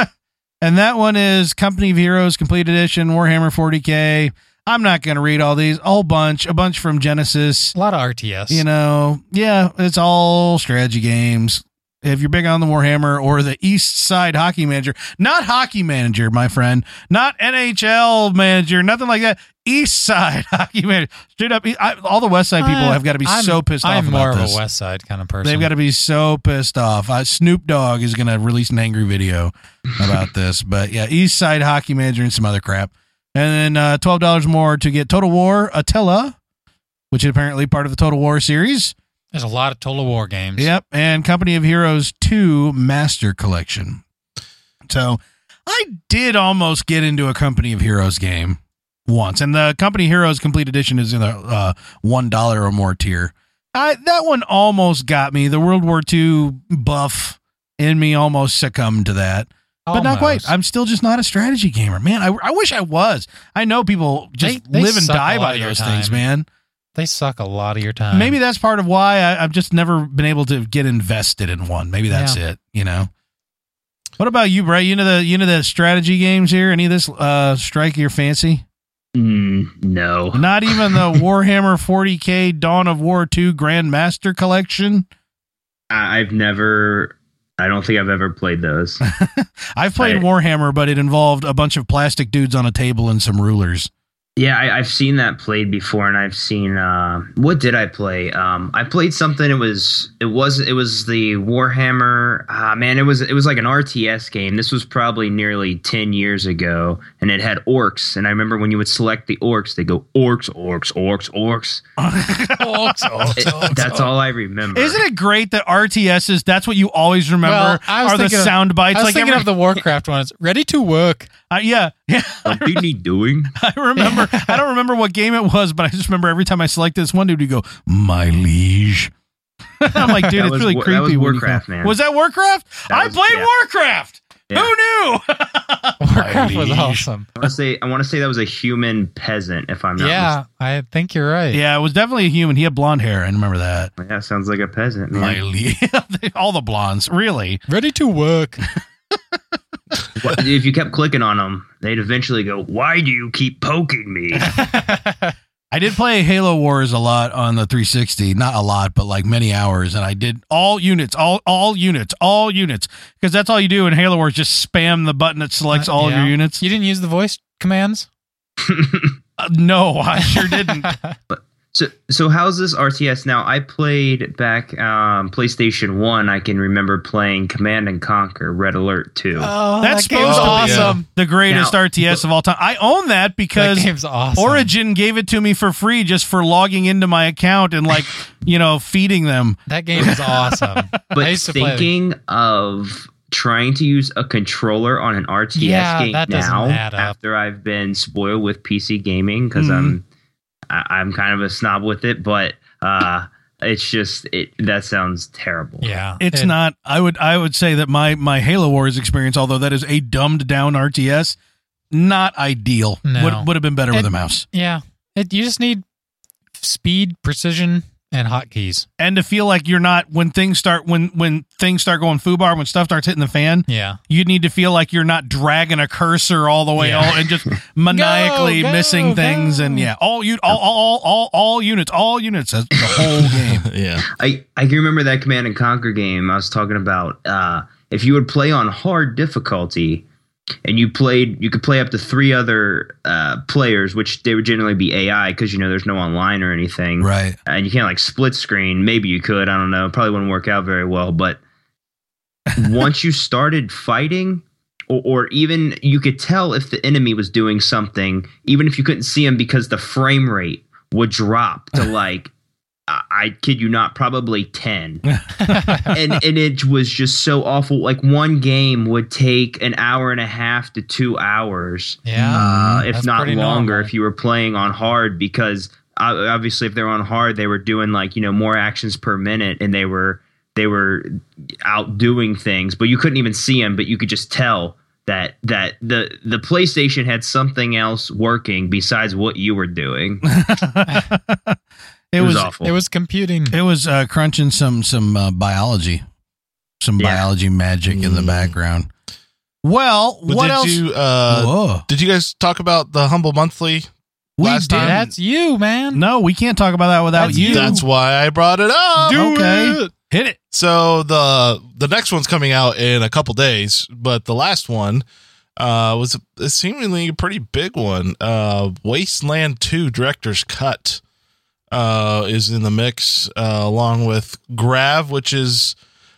S1: and that one is Company of Heroes Complete Edition, Warhammer 40K. I'm not going to read all these. A whole bunch, a bunch from Genesis.
S2: a lot of RTS.
S1: You know, yeah, it's all strategy games. If you're big on the Warhammer or the East Side Hockey Manager, not Hockey Manager, my friend, not NHL Manager, nothing like that. East Side Hockey Manager, straight up. I, all the West Side people
S2: I-
S1: have got to be
S2: I'm-
S1: so pissed
S2: I'm
S1: off
S2: more
S1: about
S2: of
S1: this.
S2: a West Side kind of person.
S1: They've got to be so pissed off. Uh, Snoop Dogg is going to release an angry video about this. But yeah, East Side Hockey Manager and some other crap. And then uh, $12 more to get Total War Attila, which is apparently part of the Total War series.
S2: There's a lot of Total War games.
S1: Yep. And Company of Heroes 2 Master Collection. So I did almost get into a Company of Heroes game once. And the Company of Heroes Complete Edition is in the uh, $1 or more tier. I, that one almost got me. The World War II buff in me almost succumbed to that, but not quite.
S2: Almost.
S1: I'm still just not a strategy gamer, man. I, I wish I was. I know people just
S2: They- they
S1: live and
S2: suck a
S1: die
S2: lot
S1: by
S2: of your
S1: those things,
S2: time.
S1: man.
S2: they suck a lot of your time.
S1: Maybe that's part of why I, I've just never been able to get invested in one. Maybe that's it, you know? What about you, Brett? You know the you know the strategy games here. Any of this uh, strike your fancy?
S4: Mm, no.
S1: Not even the Warhammer 40k Dawn of War 2 Grandmaster Collection.
S4: I, I've never. I don't think I've ever played those.
S1: I've played
S4: I-
S1: Warhammer, but it involved a bunch of plastic dudes on a table and some rulers.
S4: Yeah, I, I've seen that played before, and I've seen uh, what did I play? Um, I played something. It was it was it was the Warhammer. Ah, man, it was it was like an RTS game. This was probably nearly ten years ago, and it had orcs. And I remember when you would select the orcs, they go orcs, orcs, orcs, orcs. It- that's all I remember.
S1: Isn't it great that RTSs? That's what you always remember
S2: Well, I was
S1: are the
S2: thinking of-
S1: sound
S2: I
S1: bites.
S2: was
S1: Like
S2: thinking
S1: every,
S2: of the Warcraft one. It's ready to work.
S1: uh, yeah, yeah.
S4: What he doing?
S1: I remember. I don't remember what game it was, but I just remember every time I selected this one dude, would go, "My liege." I'm like, dude,
S4: That
S1: it's
S4: was
S1: really
S4: War- that
S1: creepy.
S4: was
S1: when you-
S4: Warcraft, man.
S1: Was that Warcraft?
S4: That
S1: I
S4: was-
S1: played
S4: yeah.
S1: Warcraft.
S4: Yeah.
S1: Who knew?
S2: Warcraft was
S3: liege.
S2: awesome.
S4: I want to say I want to say that was a human peasant. If I'm not
S2: Yeah, I think you're right.
S1: yeah, it was definitely a human. He had blonde hair. I remember that.
S4: mistaken. yeah, sounds like a peasant. Man.
S1: My liege. All the blondes, really.
S2: Ready to work.
S4: What- if you kept clicking on them, they'd eventually go, "Why do you keep poking me?"
S1: I did play Halo Wars a lot on the 360, not a lot, but like many hours, and I did all units, all all units, all units, because that's all you do in Halo Wars, just spam the button that selects all of
S2: Uh, Yeah.
S1: your units.
S2: You didn't use the voice commands?
S1: Uh, no, I sure didn't.
S4: so, so how's this RTS now? I played back um, PlayStation One. I can remember playing Command and Conquer, Red Alert Two.
S2: Oh,
S1: That's
S2: that game's
S1: supposed to be
S2: awesome.
S1: the greatest
S4: Now-
S1: RTS of all time. I own that because
S2: That game's awesome.
S1: Origin gave it to me for free just for logging into my account and like you know feeding them.
S2: That game is awesome. I
S4: but
S2: used to play that.
S4: thinking of trying to use a controller on an RTS
S2: Yeah,
S4: game
S2: that doesn't
S4: now,
S2: add up.
S4: after I've been spoiled with PC gaming, because I'm
S2: Mm-hmm.
S4: I, I'm kind of a snob with it, but uh, it's just it that sounds terrible.
S2: Yeah.
S1: It's
S2: It-
S1: not. I would. I would say that my my Halo Wars experience, although that is a dumbed down RTS, not ideal.
S2: No.
S1: Would would have been better with
S2: It-
S1: a mouse
S2: Yeah. It, you just need speed, precision, and hotkeys.
S1: and to feel like you're not when things start when when things start going foobar when stuff starts hitting the fan.
S2: Yeah.
S1: You need to feel like you're not dragging a cursor all the way
S2: Yeah.
S1: all, and just maniacally
S2: Go, go,
S1: missing things and
S2: go.
S1: yeah all you all all all all, all units all units that's the whole game.
S3: yeah.
S4: I, I can remember that Command and Conquer game I was talking about. Uh, if you would play on hard difficulty, and you played, you could play up to three other uh, players, which they would generally be AI because you know there's no online or anything,
S1: Right.
S4: and Uh, you can't like split screen. Maybe you could, I don't know. Probably wouldn't work out very well. But once you started fighting, or, or even you could tell if the enemy was doing something, even if you couldn't see him because the frame rate would drop to like, I, I kid you not, probably 10. and, and it was just so awful. Like one game would take an hour and a half to two hours
S2: Yeah.
S4: uh,
S1: Mhm.
S4: if
S2: That's
S4: not
S2: pretty
S4: longer,
S2: normal.
S4: if you were playing on hard, because uh, obviously if they were on hard, they were doing like you know more actions per minute, and they were they were outdoing things, but you couldn't even see them, but you could just tell that that the the PlayStation had something else working besides what you were doing.
S1: It was
S4: awful.
S2: It was computing.
S1: It was uh, crunching some some uh, biology, some
S4: Yeah.
S1: biology magic in the
S3: Mm.
S1: background. Well,
S3: But
S1: what
S3: did
S1: else?
S3: you uh
S1: Whoa.
S3: did you guys talk about the humble monthly?
S1: We
S3: last
S1: did.
S3: time-
S2: That's you, man.
S1: No, we can't talk about that without
S2: That's-
S1: you.
S3: That's why I brought it up.
S1: Do Okay.
S2: it.
S1: Hit it.
S3: So the the next one's coming out in a couple days, but the last one uh was a, seemingly a pretty big one. Uh Wasteland 2 Director's Cut uh is in the mix uh, along with Grav, which is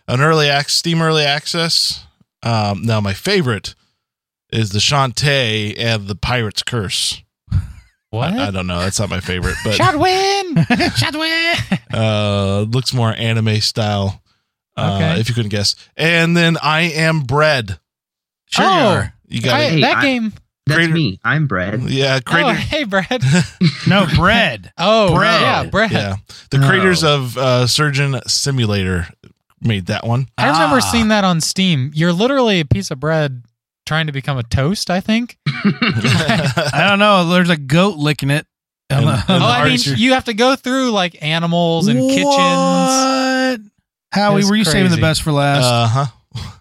S3: an early ac- Steam early access. Um now my favorite is the Shantae and the Pirate's Curse.
S2: What?
S3: I don't know, that's not my favorite, but
S2: Shadwin! Shadwin!
S3: uh looks more anime style uh,
S2: Okay.
S3: if you couldn't guess and then i am bread
S1: Sure.
S2: Oh.
S1: you are.
S3: you got
S2: Hey,
S3: it
S4: Hey,
S2: that
S4: I-
S2: game.
S4: That's
S3: Greater-
S4: me. I'm Brad.
S3: yeah
S2: Oh,
S3: creator
S2: hey, Brad.
S1: No bread.
S2: Oh,
S1: Brad.
S2: yeah, Brad.
S3: yeah the
S4: Oh.
S3: creators of uh surgeon simulator made that one
S2: I remember
S1: Ah.
S2: seeing that on Steam. You're literally a piece of bread trying to become a toast, I think.
S3: Uh-huh.
S1: I don't know. There's a goat licking it.
S3: And-
S2: Oh,
S3: and the
S2: I mean,
S3: archer-
S2: you have to go through like animals and kitchens.
S1: What? Howie,
S2: It's
S1: were you saving the
S2: crazy.
S1: best for last?
S3: uh-huh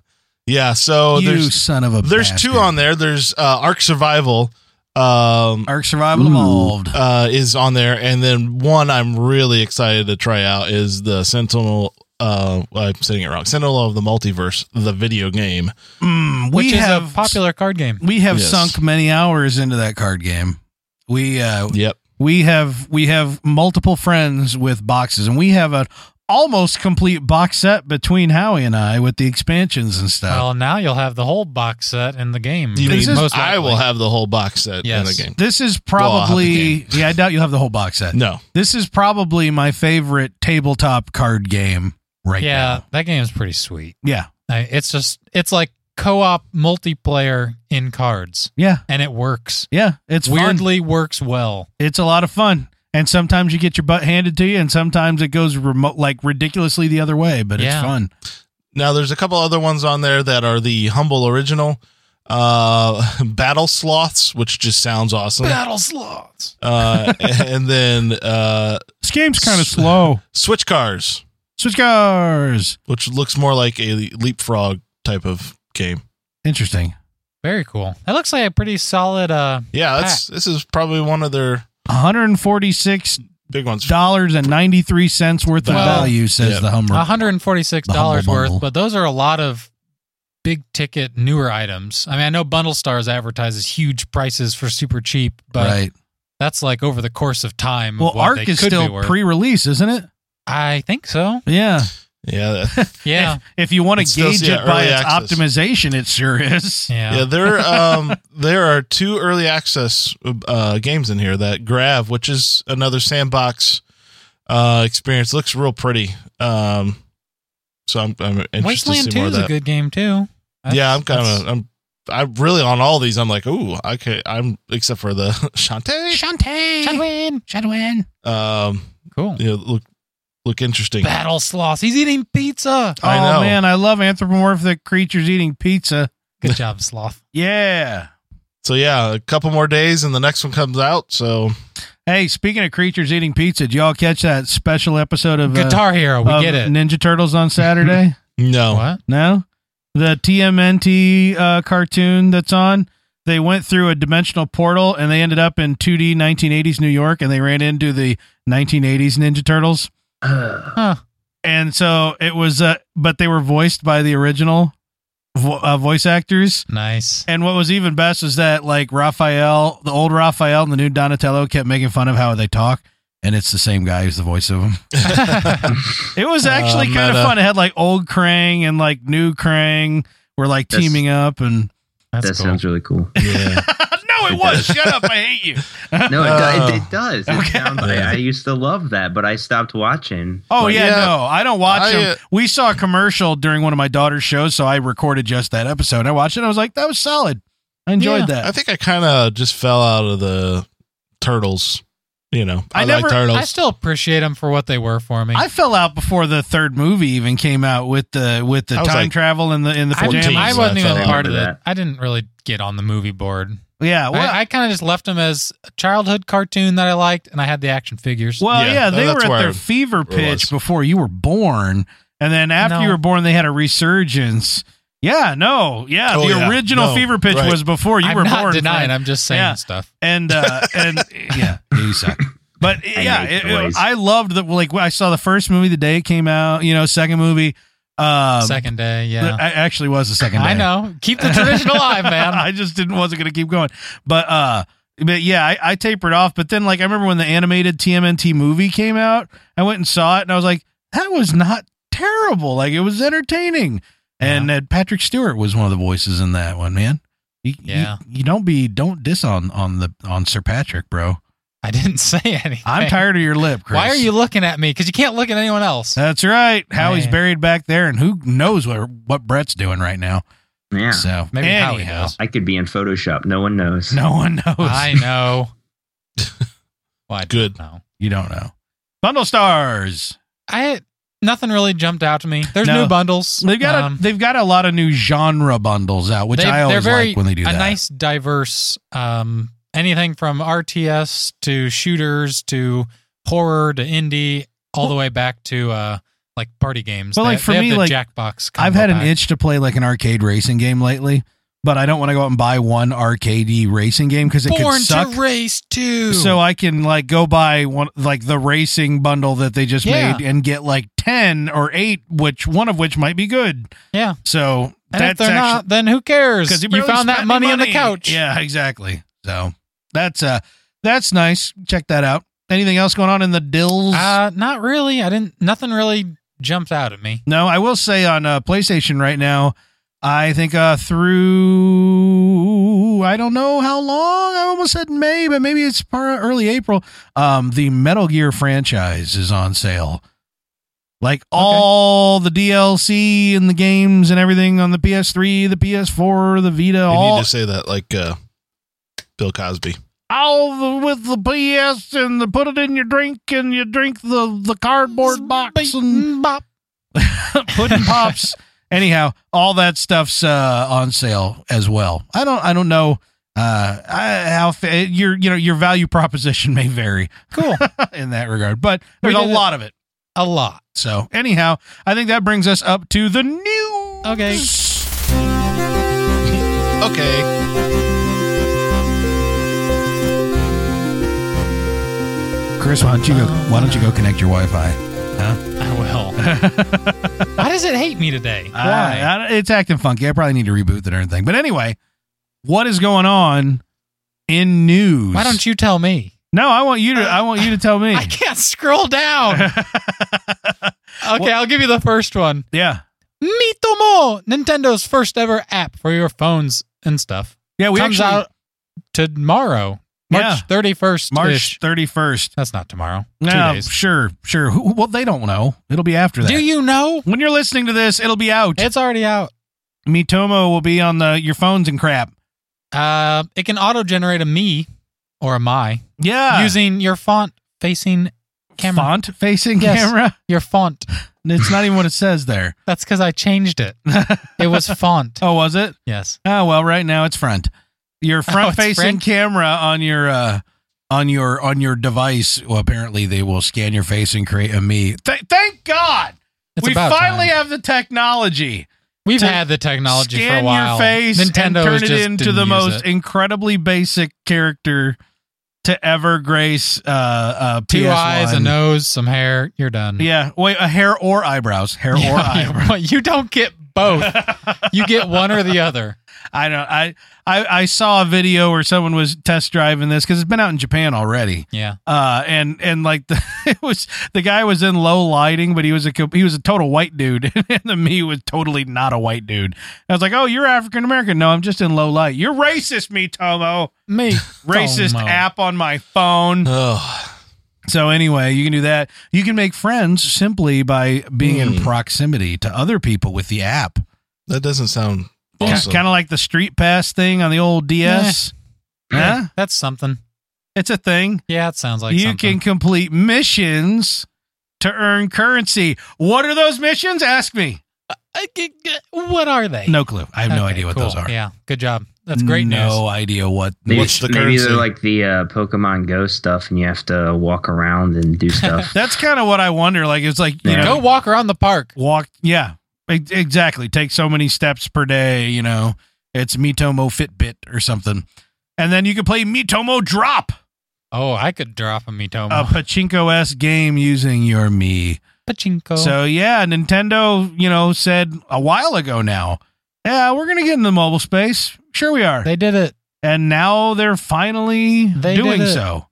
S3: Yeah, so
S1: you
S3: Uh, there's
S1: son of a.
S3: there's
S1: bastard.
S3: two on there. There's uh, Ark Survival um,
S1: Ark Survival
S4: Ooh.
S1: Evolved.
S3: uh, is on there, and then one I'm really excited to try out is the Sentinel. Uh, I'm saying it wrong. Sentinel of the Multiverse, the video game.
S1: Mm, we
S2: which is
S1: have
S2: a popular card game.
S1: we have
S3: Yes.
S1: sunk many hours into that card game. We uh,
S3: Yep.
S1: we have we have multiple friends with boxes, and we have an almost complete box set between Howie and I with the expansions and stuff.
S2: Well, now you'll have the whole box set in the game.
S3: You
S1: This
S3: mean
S1: is-
S3: I
S2: likely.
S3: will have the whole box set in
S2: Yes.
S3: the game?
S1: this is
S3: Well, I'll have the
S1: probably yeah. I doubt you'll have the whole box set.
S3: No.
S1: This is probably my favorite tabletop card game right
S2: yeah,
S1: now.
S2: that game's pretty sweet.
S1: Yeah,
S2: I- It's just it's like co-op multiplayer in cards,
S1: yeah,
S2: and it works.
S1: yeah. It's fun.
S2: Weirdly, works well.
S1: it's a lot of fun. And sometimes you get your butt handed to you, and sometimes it goes remote, like ridiculously the other way, but
S2: Yeah.
S1: it's fun.
S3: Now there's a couple other ones on there that are the humble original, uh, Battle Sloths, which just sounds awesome.
S2: Battle slots.
S3: Uh, and then uh,
S1: This game's kind of
S3: S-
S1: slow.
S3: Switch Cars,
S1: Switch cars.
S3: which looks more like a leapfrog type of game.
S1: Interesting.
S2: Very cool. That looks like a pretty solid. Uh,
S3: Yeah, that's this is probably one of their
S1: One hundred and forty-six
S3: big ones.
S1: dollars and ninety-three cents worth of
S3: Well,
S1: value, says
S3: yeah.
S1: the Hummer.
S2: one hundred and forty-six dollars
S1: The humble bundle.
S2: worth, but those are a lot of big ticket newer items. I mean, I know Bundle Stars advertises huge prices for super cheap, but
S1: right.
S2: that's like over the course of time. of
S1: Well,
S2: what
S1: Arc
S2: they
S1: is
S2: could be
S1: still
S2: worth.
S1: pre-release, isn't it?
S2: I think so.
S1: Yeah.
S3: Yeah, that-
S2: Yeah,
S1: If you want to
S3: It's still-
S1: gauge
S3: yeah,
S1: it by
S3: early
S1: its
S3: access.
S1: optimization, it sure is.
S2: yeah.
S3: yeah. There, um, there are two early access uh, games in here. That Grav, which is another sandbox uh, experience, looks real pretty. Um, so I'm, I'm interested
S2: Wasteland
S3: to see
S2: Two
S3: more of
S2: is
S3: that.
S2: a good game too. That's-
S3: yeah, I'm kind
S2: that's-
S3: of I'm I'm really on all these. I'm like, ooh, okay. I'm except for the Shantae.
S1: Shantae.
S2: Shadwin,
S1: Shadwin.
S3: Um,
S2: cool.
S3: you know, look look interesting.
S2: Battle sloth. He's eating pizza.
S1: Oh
S3: I know.
S1: man, I love anthropomorphic creatures eating pizza.
S2: Good job, sloth.
S1: Yeah.
S3: So yeah, a couple more days and the next one comes out. So
S1: Hey, speaking of creatures eating pizza, did y'all catch that special episode of uh,
S2: Guitar Hero. We
S1: of
S2: get it.
S1: Ninja Turtles on Saturday?
S3: no,
S2: What?
S1: no, the TMNT uh, cartoon that's on. They went through a dimensional portal and they ended up in 2D 1980s New York, and they ran into the 1980s Ninja Turtles.
S4: Uh,
S2: Huh.
S1: And so it was, uh, but they were voiced by the original vo- uh, voice actors.
S2: Nice.
S1: And what was even best is that like Raphael, the old Raphael and the new Donatello kept making fun of how they talk, and it's the same guy who's the voice of them. It was
S3: Uh,
S1: actually kind of
S3: meta.
S1: fun. It had like old Krang and like new Krang were like
S4: That's-
S1: teaming up, and
S2: That's
S4: that
S2: cool.
S4: sounds really cool.
S3: yeah,
S1: no, it was. Shut up! I hate you.
S4: No, it,
S3: Uh,
S4: does it, it does. It
S1: okay.
S4: sounds. I, I used to love that, but I stopped watching.
S1: Oh
S3: Like,
S1: yeah,
S3: yeah.
S1: no, I don't watch
S3: I,
S1: them.
S3: uh,
S1: we saw a commercial during one of my daughter's shows, so I recorded just that episode. I watched it. and I was like, that was solid. I enjoyed
S2: Yeah.
S1: that.
S3: I think I kind of just fell out of the turtles. You know,
S1: I
S3: I, like
S1: never-
S3: turtles.
S2: I still appreciate them for what they were for me.
S1: I fell out before the third movie even came out with the with the
S3: I
S1: time
S3: was like
S1: travel and the in the
S2: I, didn't-
S1: pajamas.
S3: 14,
S2: I
S3: so
S2: wasn't
S3: I
S2: even
S3: fell
S2: part of
S4: out.
S2: that. I didn't really get on the movie board.
S1: yeah, well,
S2: I, I kind of just left them as a childhood cartoon that I liked, and I had the action figures.
S1: Well,
S3: Yeah,
S1: yeah,
S3: that-
S1: they
S3: that's
S1: were at
S3: where
S1: their
S3: I
S1: fever
S3: realized.
S1: pitch before you were born, and then after
S2: No.
S1: you were born, they had a resurgence. Yeah, no, yeah,
S3: Oh,
S1: the
S3: yeah.
S1: original
S3: No,
S1: fever pitch
S3: right.
S1: was before you
S2: I'm
S1: were
S2: not
S1: born.
S2: denying.
S1: friend.
S2: I'm just saying
S1: Yeah.
S2: stuff.
S1: and uh, and yeah, you suck. But
S4: I
S1: yeah,
S4: hate
S1: it- it-
S4: noise.
S1: I loved that. Like I saw the first movie the day it came out. You know, second movie. Um,
S2: second day,
S1: the-
S2: yeah.
S1: I actually was the second. Day.
S2: I know. Keep the tradition alive, man.
S1: I just didn't wasn't gonna keep going. But uh but yeah, I, I tapered off. But then like I remember when the animated TMNT movie came out, I went and saw it and I was like, that was not terrible. Like it was entertaining. And uh, Patrick Stewart was one of the voices in that one, man. You, you-
S2: Yeah.
S1: you, don't be don't diss on on the on Sir Patrick, bro.
S2: I didn't say anything.
S1: I'm tired of your lip, Chris.
S2: Why are you looking at me? Because you can't look at anyone else.
S1: That's right. How he's
S2: Man.
S1: buried back there, and who knows what what Brett's doing right now.
S4: Yeah,
S1: So
S2: Maybe Howie
S1: anyhow,
S2: knows.
S4: I could be in Photoshop. No one knows.
S1: No one knows.
S2: I know. well, I
S3: Good.
S2: Don't know.
S1: You don't know. Bundle stars.
S2: I nothing really jumped out to me. There's
S1: No.
S2: new bundles.
S1: They've got
S2: Um,
S1: a, they've got a lot of new genre bundles out, which
S2: They-
S1: I always
S2: they're very-
S1: like when they do
S2: a
S1: that.
S2: nice diverse um anything from RTS to shooters to horror to indie all the way back to uh like party games.
S1: But,
S2: They-
S1: like, for
S2: they have
S1: me,
S2: the
S1: like,
S2: Jackbox.
S1: I've
S2: combo
S1: had an
S2: pack.
S1: itch to play like an arcade racing game lately, but I don't want to go out and buy one arcadey racing game because it
S2: Born
S1: could suck.
S2: to race too.
S1: so uh, I can like go buy one like the racing bundle that they just
S2: Yeah.
S1: made and get like ten or eight, which one of which might be good.
S2: yeah,
S1: So
S2: and if
S1: that's
S2: they're
S1: actually
S2: not, then who cares?
S1: you,
S2: You,
S1: barely
S2: found
S1: spent
S2: that
S1: any
S2: money, on the couch.
S1: Yeah, exactly. So that's uh that's nice. Check that out. Anything else going on in the dills?
S2: Uh, not really. I didn't. Nothing really jumped out at me.
S1: no, I will say on uh, PlayStation right now, I think uh through I don't know how long. I almost said May, but maybe it's par- early April. Um, the Metal Gear franchise is on sale. Like all the DLC and the games and everything on the PS3, the PS4, the Vita,
S3: You
S1: all
S3: need to say that like uh, Bill Cosby.
S1: all the, with the BS and the put it in your drink and you drink the the cardboard box and
S2: Beep, mm, bop.
S1: pudding pops. Anyhow, all that stuff's uh, on sale as well. I don't I don't know uh, I, how fa- your you know your value proposition may vary
S2: Cool.
S1: in that regard, but there's a
S2: did it.
S1: lot of it.
S2: A lot.
S1: So anyhow, I think that brings us up to the news.
S2: Okay.
S3: Okay.
S1: Chris, why don't you go? Why don't you go connect your Wi-Fi?
S2: I will. Why does it hate me today?
S1: Ah,
S2: Why?
S1: I, I, it's acting funky. I probably need to reboot the darn thing. But anyway, what is going on in news?
S2: Why don't you tell me?
S1: No, I want you to. I want you to tell me.
S2: I can't scroll down. okay, I'll give you the first one.
S1: yeah,
S2: Mitomo, Nintendo's first ever app for your phones and stuff,
S1: yeah. We
S2: comes
S1: actually
S2: out tomorrow,
S1: Yeah.
S2: March thirty first.
S1: March thirty first.
S2: That's not tomorrow. Two
S1: No,
S2: days.
S1: sure, sure. Who, well, they don't know. It'll be after that.
S2: Do you know?
S1: when you're listening to this, it'll be out.
S2: It's already out.
S1: Mitomo will be on the your phones and crap.
S2: Uh, it can auto generate a me or a my
S1: Yeah,
S2: using your font facing camera.
S1: font facing
S2: Yes.
S1: camera.
S2: Your font.
S1: It's not even what it says there.
S2: That's because I changed it. it was font.
S1: Oh, was it?
S2: Yes.
S1: Oh well, right now it's front. Your front
S2: Oh, it's
S1: facing
S2: front?
S1: camera on your uh on your on your device. Well, apparently they will scan your face and create a me. Th- thank God.
S2: It's
S1: we
S2: about
S1: finally
S2: time.
S1: have the technology.
S2: We've
S1: to
S2: had the technology
S1: Scan
S2: for a while.
S1: your face and
S2: Nintendo
S1: turn
S2: just
S1: it into
S2: didn't
S1: the
S2: use
S1: most
S2: it.
S1: incredibly basic character to ever grace uh uh
S2: two
S1: PS1.
S2: eyes, a nose, some hair. You're done.
S1: Yeah, wait, a hair or eyebrows, hair or eyebrows.
S2: you, you don't get both. you get one or the other.
S1: I don't. I, I I saw a video where someone was test driving this because it's been out in Japan already.
S2: Yeah.
S1: uh and and like the it was the guy was in low lighting but he was a co- he was a total white dude and the me was totally not a white dude i was like oh you're african american no i'm just in low light you're racist me tomo
S2: Me.
S1: racist
S2: Tomo.
S1: app on my phone
S3: Oh,
S1: so anyway you can do that you can make friends simply by being in
S3: Hmm.
S1: proximity to other people with the app
S3: that doesn't sound awesome.
S1: kind of like the street pass thing on the old ds
S2: Yeah,
S1: Huh?
S2: That's something.
S1: it's a thing
S2: Yeah, it sounds like
S1: you
S2: something.
S1: can complete missions to earn currency. What are those missions? Ask me.
S2: I can get- what are they?
S1: No clue. I have no
S2: Okay,
S1: idea what
S2: cool.
S1: those are.
S2: Yeah. Good job. That's great
S1: No idea what.
S4: Maybe,
S3: What's the
S4: maybe
S3: currency?
S4: they're like the uh, Pokemon Go stuff, and you have to walk around and do stuff.
S1: That's kind of what I wonder. Like it's like you
S4: Yeah.
S2: news.
S1: know,
S2: Go walk around the park.
S1: walk. Yeah, ex- exactly. Take so many steps per day. You know, it's Mitomo Fitbit or something, and then you can play Mitomo Drop,
S2: Oh, I could drop a Mitomo.
S1: a pachinko s game using your me.
S2: Pachinko.
S1: So yeah, Nintendo, you know, said a while ago now, yeah, we're gonna get in the mobile space. Sure, we are.
S2: they did it.
S1: and now they're finally
S2: They
S1: doing
S2: did it.
S1: so.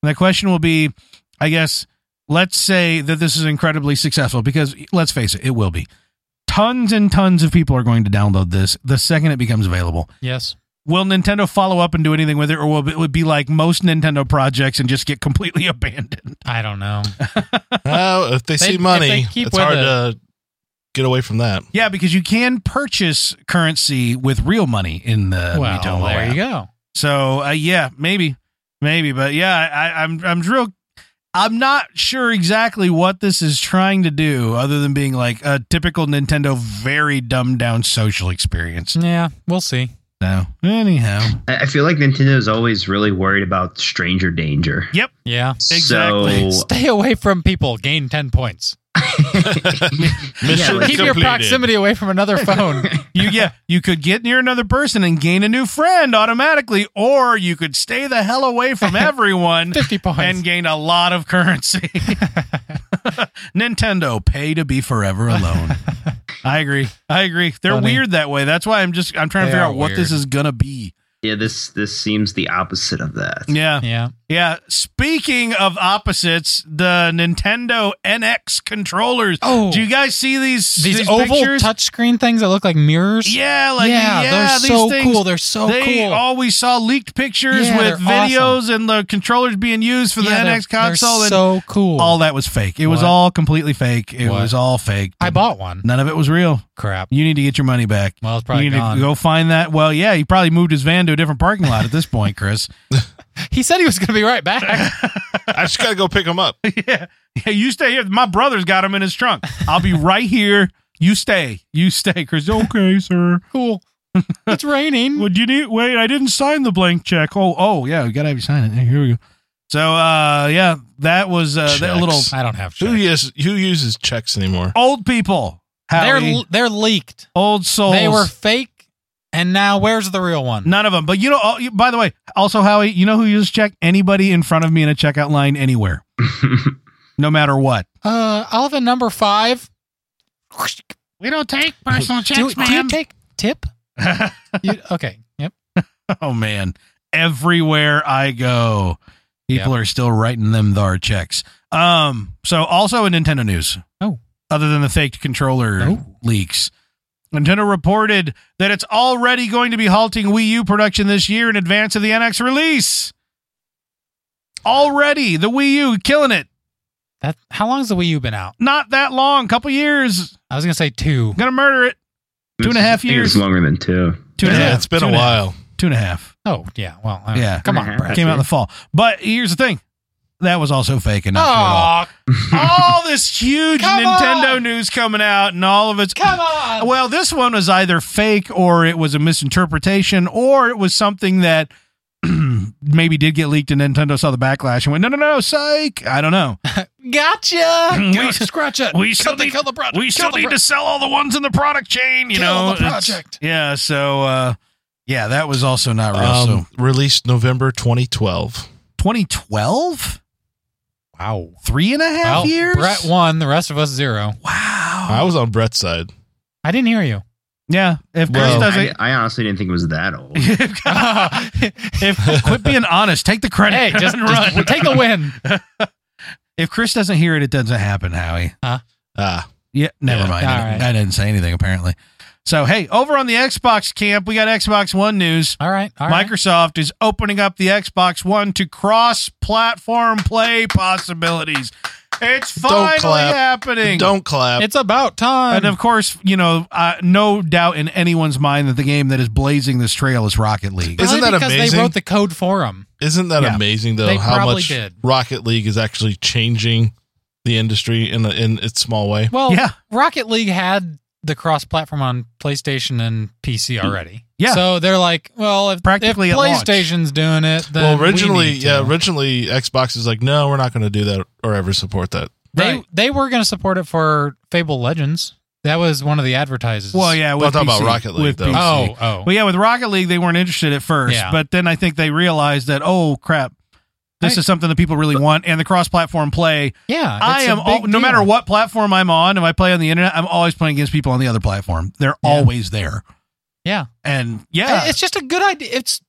S1: And the question will be, I guess, let's say that this is incredibly successful because let's face it, it will be. Tons and tons of people are going to download this the second it becomes available.
S2: Yes.
S1: Will Nintendo follow up and do anything with it, or will it, it would be like most Nintendo projects and just get completely abandoned?
S2: I don't know.
S3: Oh, if they,
S2: They-
S3: see
S2: if
S3: money,
S2: they keep
S3: it's
S2: with
S3: hard
S2: it.
S3: to get away from that.
S1: Yeah, because you can purchase currency with real money in the
S2: well,
S1: Mitomo
S2: there
S1: app.
S2: you go.
S1: So uh, yeah, maybe, maybe, but yeah, I, I'm I'm real. I'm not sure exactly what this is trying to do, other than being like a typical Nintendo, very dumbed down social experience.
S2: Yeah, we'll see.
S1: So anyhow,
S4: I I feel like Nintendo's always really worried about stranger danger.
S2: Yeah.
S4: So
S1: Exactly.
S4: Oh.
S2: Stay away from people. Gain 10 points.
S3: Mission
S4: like-
S2: Keep your
S3: completed.
S2: proximity away from another phone.
S1: You yeah, you could get near another person and gain a new friend automatically, or you could stay the hell away from everyone
S2: 50 points.
S1: and gain a lot of currency. Nintendo, pay to be forever alone. I agree. I agree. They're
S2: Funny.
S1: weird that way. That's why I'm just I'm trying to
S2: They
S1: figure
S2: are
S1: out what this
S2: weird.
S1: is gonna be.
S4: yeah, this this seems the opposite of that.
S1: Yeah.
S2: yeah.
S1: Yeah. Speaking of opposites, the Nintendo NX controllers.
S2: Oh.
S1: Do you guys see these
S2: These, oval
S1: pictures?
S2: touchscreen things that look like mirrors.
S1: yeah, like yeah,
S2: yeah, they're
S1: these
S2: so
S1: things,
S2: cool. They're so
S1: they
S2: cool.
S1: always saw leaked pictures
S2: Yeah,
S1: with
S2: they're
S1: videos and the controllers being used for the
S2: Yeah, they're-
S1: NX console,
S2: They're
S1: and
S2: so cool.
S1: all that was fake. It was
S2: What?
S1: all completely fake. It
S2: What?
S1: was all fake.
S2: I bought one.
S1: None of it was real.
S2: Crap.
S1: You need to get your money back.
S2: Well, it's probably
S1: you need
S2: gone.
S1: to go find that. Well, yeah, he probably moved his van to a different parking lot at this point, Chris.
S2: He said he was going to be right back.
S3: I just gotta go pick them up.
S1: yeah. yeah, you stay here. My brother's got him in his trunk. I'll be right here. You stay. You stay, Chris. Okay, sir.
S2: cool. It's raining.
S1: Would you need? Wait, I didn't sign the blank check. Oh, oh, yeah, we gotta have you sign it. Here we go. So, uh, yeah, that was uh, that
S3: Checks.
S1: little
S2: I don't have
S3: Who
S2: shit.
S3: uses who uses checks anymore?
S2: Oh,
S1: old people.
S2: They're
S1: Howie,
S2: they're leaked.
S1: old souls.
S2: They were fake, and now where's the real one?
S1: none of them. But you know, oh, you- by the way, also Howie, you know who uses check? Anybody in front of me in a checkout line anywhere, no matter what.
S2: Uh, I'll have a number five.
S1: We don't take
S3: personal
S2: do, do you take tip? You- okay. Yep.
S1: oh man, everywhere I go, people are still writing them thar checks. Um, so also in Nintendo news.
S2: Oh.
S1: Other than the faked controller
S2: Oh.
S1: leaks. Nintendo reported that it's already going to be halting Wii U production this year in advance of the NX release. Already, the Wii U killing it.
S2: That. How long's the Wii U been out?
S1: Not that long, couple years.
S2: I was gonna say two.
S1: Gonna murder it. Two and a half
S4: I think it's
S1: years.
S4: longer than two.
S1: Two and a half.
S3: yeah, it's been
S1: Two
S3: a
S1: and half.
S3: while.
S1: Two and a half.
S2: Oh yeah. Well. I don't-
S1: Yeah.
S2: Come on, Brad.
S1: Came out in the fall. But here's the thing. That was also fake and not true at all.
S2: Oh,
S1: all this huge
S2: Come
S1: Nintendo
S2: on!
S1: news coming out and all of its.
S2: come on.
S1: Well, this one was either fake or it was a misinterpretation or it was something that maybe did get leaked and Nintendo saw the backlash and went, no, no, no, psych. I don't know.
S2: Gotcha.
S1: We-
S2: Gotta scratch it.
S1: we
S2: Kill
S1: still
S2: the-
S1: need-
S2: kill the project.
S1: We still
S2: Kill the
S1: need
S2: pro-
S1: to sell all the ones in the product chain, you
S2: Kill
S1: know.
S2: the
S1: It's-
S2: project.
S1: Yeah, so uh, yeah, that was also not real. so
S3: Um, released November 2012.
S1: 2012?
S2: Wow.
S1: Three and a half
S2: Well,
S1: years?
S2: Brett won. The rest of us zero.
S1: wow.
S3: I was on Brett's side.
S2: I didn't hear you.
S1: yeah, if Chris
S3: Well-
S1: doesn't.
S4: Oh, I, I honestly didn't think it was that old.
S1: if-
S2: hey,
S1: If uh, quit being honest, take the credit
S2: just,
S1: and run.
S2: just take the win.
S1: if Chris doesn't hear it, it doesn't happen, Howie.
S3: Ah,
S1: Yeah, never
S3: Yeah.
S1: mind.
S2: All right.
S1: I didn't say anything apparently. So hey, over on the Xbox camp, we got Xbox One news.
S2: All right. All right.
S1: Microsoft is opening up the Xbox One to cross-platform play possibilities. It's finally
S3: clap.
S1: happening.
S3: don't clap.
S2: It's about time.
S1: And of course, you know, uh, no doubt in anyone's mind that the game that is blazing this trail is Rocket League.
S3: Isn't
S2: Probably
S3: that
S2: because
S3: amazing?
S2: They wrote the code for them.
S3: Isn't that
S1: Yeah.
S3: amazing though?
S2: They
S3: how
S2: probably
S3: much
S2: did.
S3: Rocket League is actually changing the industry in a, in its small way.
S2: Well,
S1: Yeah.
S2: Rocket League had the cross-platform on PlayStation and PC already.
S1: Yeah.
S2: So they're like, well, if,
S1: Practically
S2: if
S1: at launch.
S2: PlayStation's doing it, then
S3: well,
S2: we
S3: originally,
S2: need to.
S3: yeah, originally Xbox is like, no, we're not going to do that or ever support that.
S2: they
S1: Right.
S2: they were going to support it for Fable Legends. That was one of the advertisers.
S1: Well, yeah,
S3: Well,
S1: with
S3: I'm talking about
S1: PC.
S3: Rocket League,
S1: With
S3: though.
S1: PC.
S2: Oh, oh.
S1: Well, yeah, with Rocket League, they weren't interested at first,
S2: Yeah.
S1: but then I think they realized that, oh crap, this
S2: Right.
S1: is something that people really want, and the cross-platform play.
S2: yeah.
S1: I
S2: it's a
S1: am
S2: big
S1: al- no
S2: deal.
S1: matter what platform I'm on, if I play on the internet, I'm always playing against people on the other platform. They're
S2: Yeah.
S1: always there,
S2: Yeah.
S1: and yeah,
S2: It's just a good idea. It's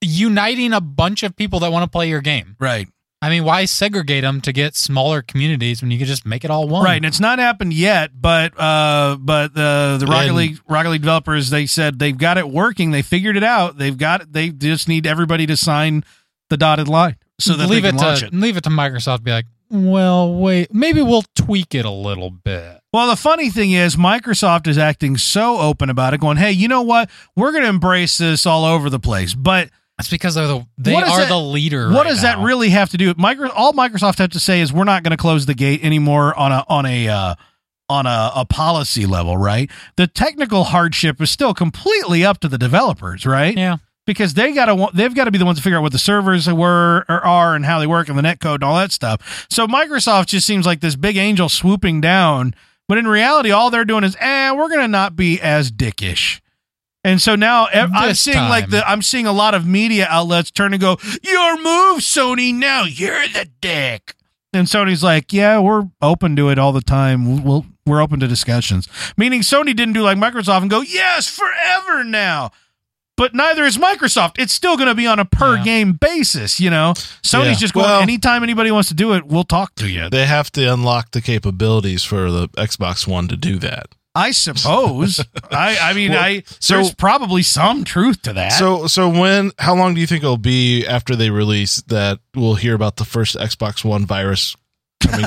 S2: uniting a bunch of people that want to play your game.
S1: right,
S2: I mean, why segregate them to get smaller communities when you could just make it all one?
S1: right, and it's not happened yet, but uh, but uh, the Rocket
S3: And-
S1: League Rocket League developers they said they've got it working, they figured it out, they've got they just need everybody to sign the dotted line so that
S2: leave
S1: they can
S2: it
S1: launch
S2: to
S1: it.
S2: leave it to Microsoft. to Be like, well, wait, maybe we'll tweak it a little bit.
S1: Well, the funny thing is, Microsoft is acting so open about it, going, "Hey, you know what? We're going to embrace this all over the place." But
S2: That's because they're the they
S1: What is
S2: are
S1: that-
S2: the leader.
S1: what
S2: right
S1: does that
S2: now.
S1: really have to do? Micro, all Microsoft has to say is, "We're not going to close the gate anymore on a on a uh, on a, a policy level, right? The technical hardship is still completely up to the developers, right?
S2: Yeah.
S1: because they got to they've got to be the ones to figure out what the servers were or are and how they work and the net code and all that stuff. So Microsoft just seems like this big angel swooping down, but in reality, all they're doing is, eh, we're gonna not be as dickish. And so now e- I'm
S2: This
S1: seeing like
S2: time.
S1: the I'm seeing a lot of media outlets turn and go, your move, Sony. Now you're the dick. And Sony's like, yeah, we're open to it all the time. We'll, we're open to discussions. Meaning Sony didn't do like Microsoft and go, yes, forever now. But neither is Microsoft. It's still going to be on a per
S2: Yeah.
S1: game basis, you know? Sony's
S3: Yeah.
S1: just going,
S3: Well-
S1: anytime anybody wants to do it, we'll talk to you.
S3: They have to unlock the capabilities for the Xbox One to do that.
S1: I suppose. I, I mean,
S3: Well,
S1: I
S3: so-
S1: there's probably some truth to that.
S3: So, so when? How long do you think it'll be after they release that we'll hear about the first Xbox One virus coming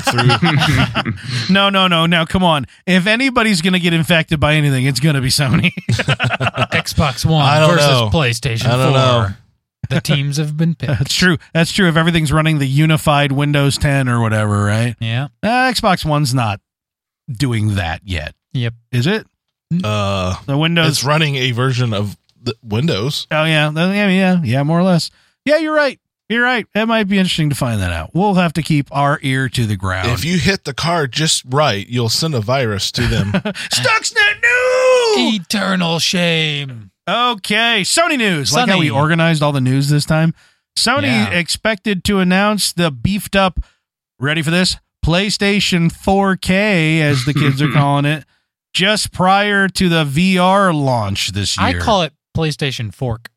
S3: through?
S1: No, no, no. Now, come on. If anybody's going to get infected by anything, it's going to be Sony.
S2: Xbox
S3: I
S2: One
S3: don't
S2: versus
S3: know.
S2: PlayStation
S3: I
S2: 4.
S3: don't know.
S2: The teams have been picked.
S1: That's true. That's true. If everything's running the unified Windows 10 or whatever, right?
S2: Yeah.
S1: Uh, Xbox One's not doing that yet.
S2: Yep.
S1: Is it?
S3: uh,
S1: The Windows.
S3: it's running a version of the Windows.
S1: oh, yeah. Yeah, yeah. Yeah, more or less. Yeah, you're right. You're right. It might be interesting to find that out. We'll have to keep our ear to the ground.
S3: If you hit the car just right, you'll send a virus to them.
S1: Stuxnet
S2: E-
S1: news.
S2: Eternal shame.
S1: Okay, Sony news. Like how we
S2: Sony.
S1: organized all the news this time. Sony
S2: Yeah.
S1: expected to announce the beefed up, ready for this, PlayStation 4K, as the kids are calling it, just prior to the VR launch this year.
S2: I call it PlayStation Fork.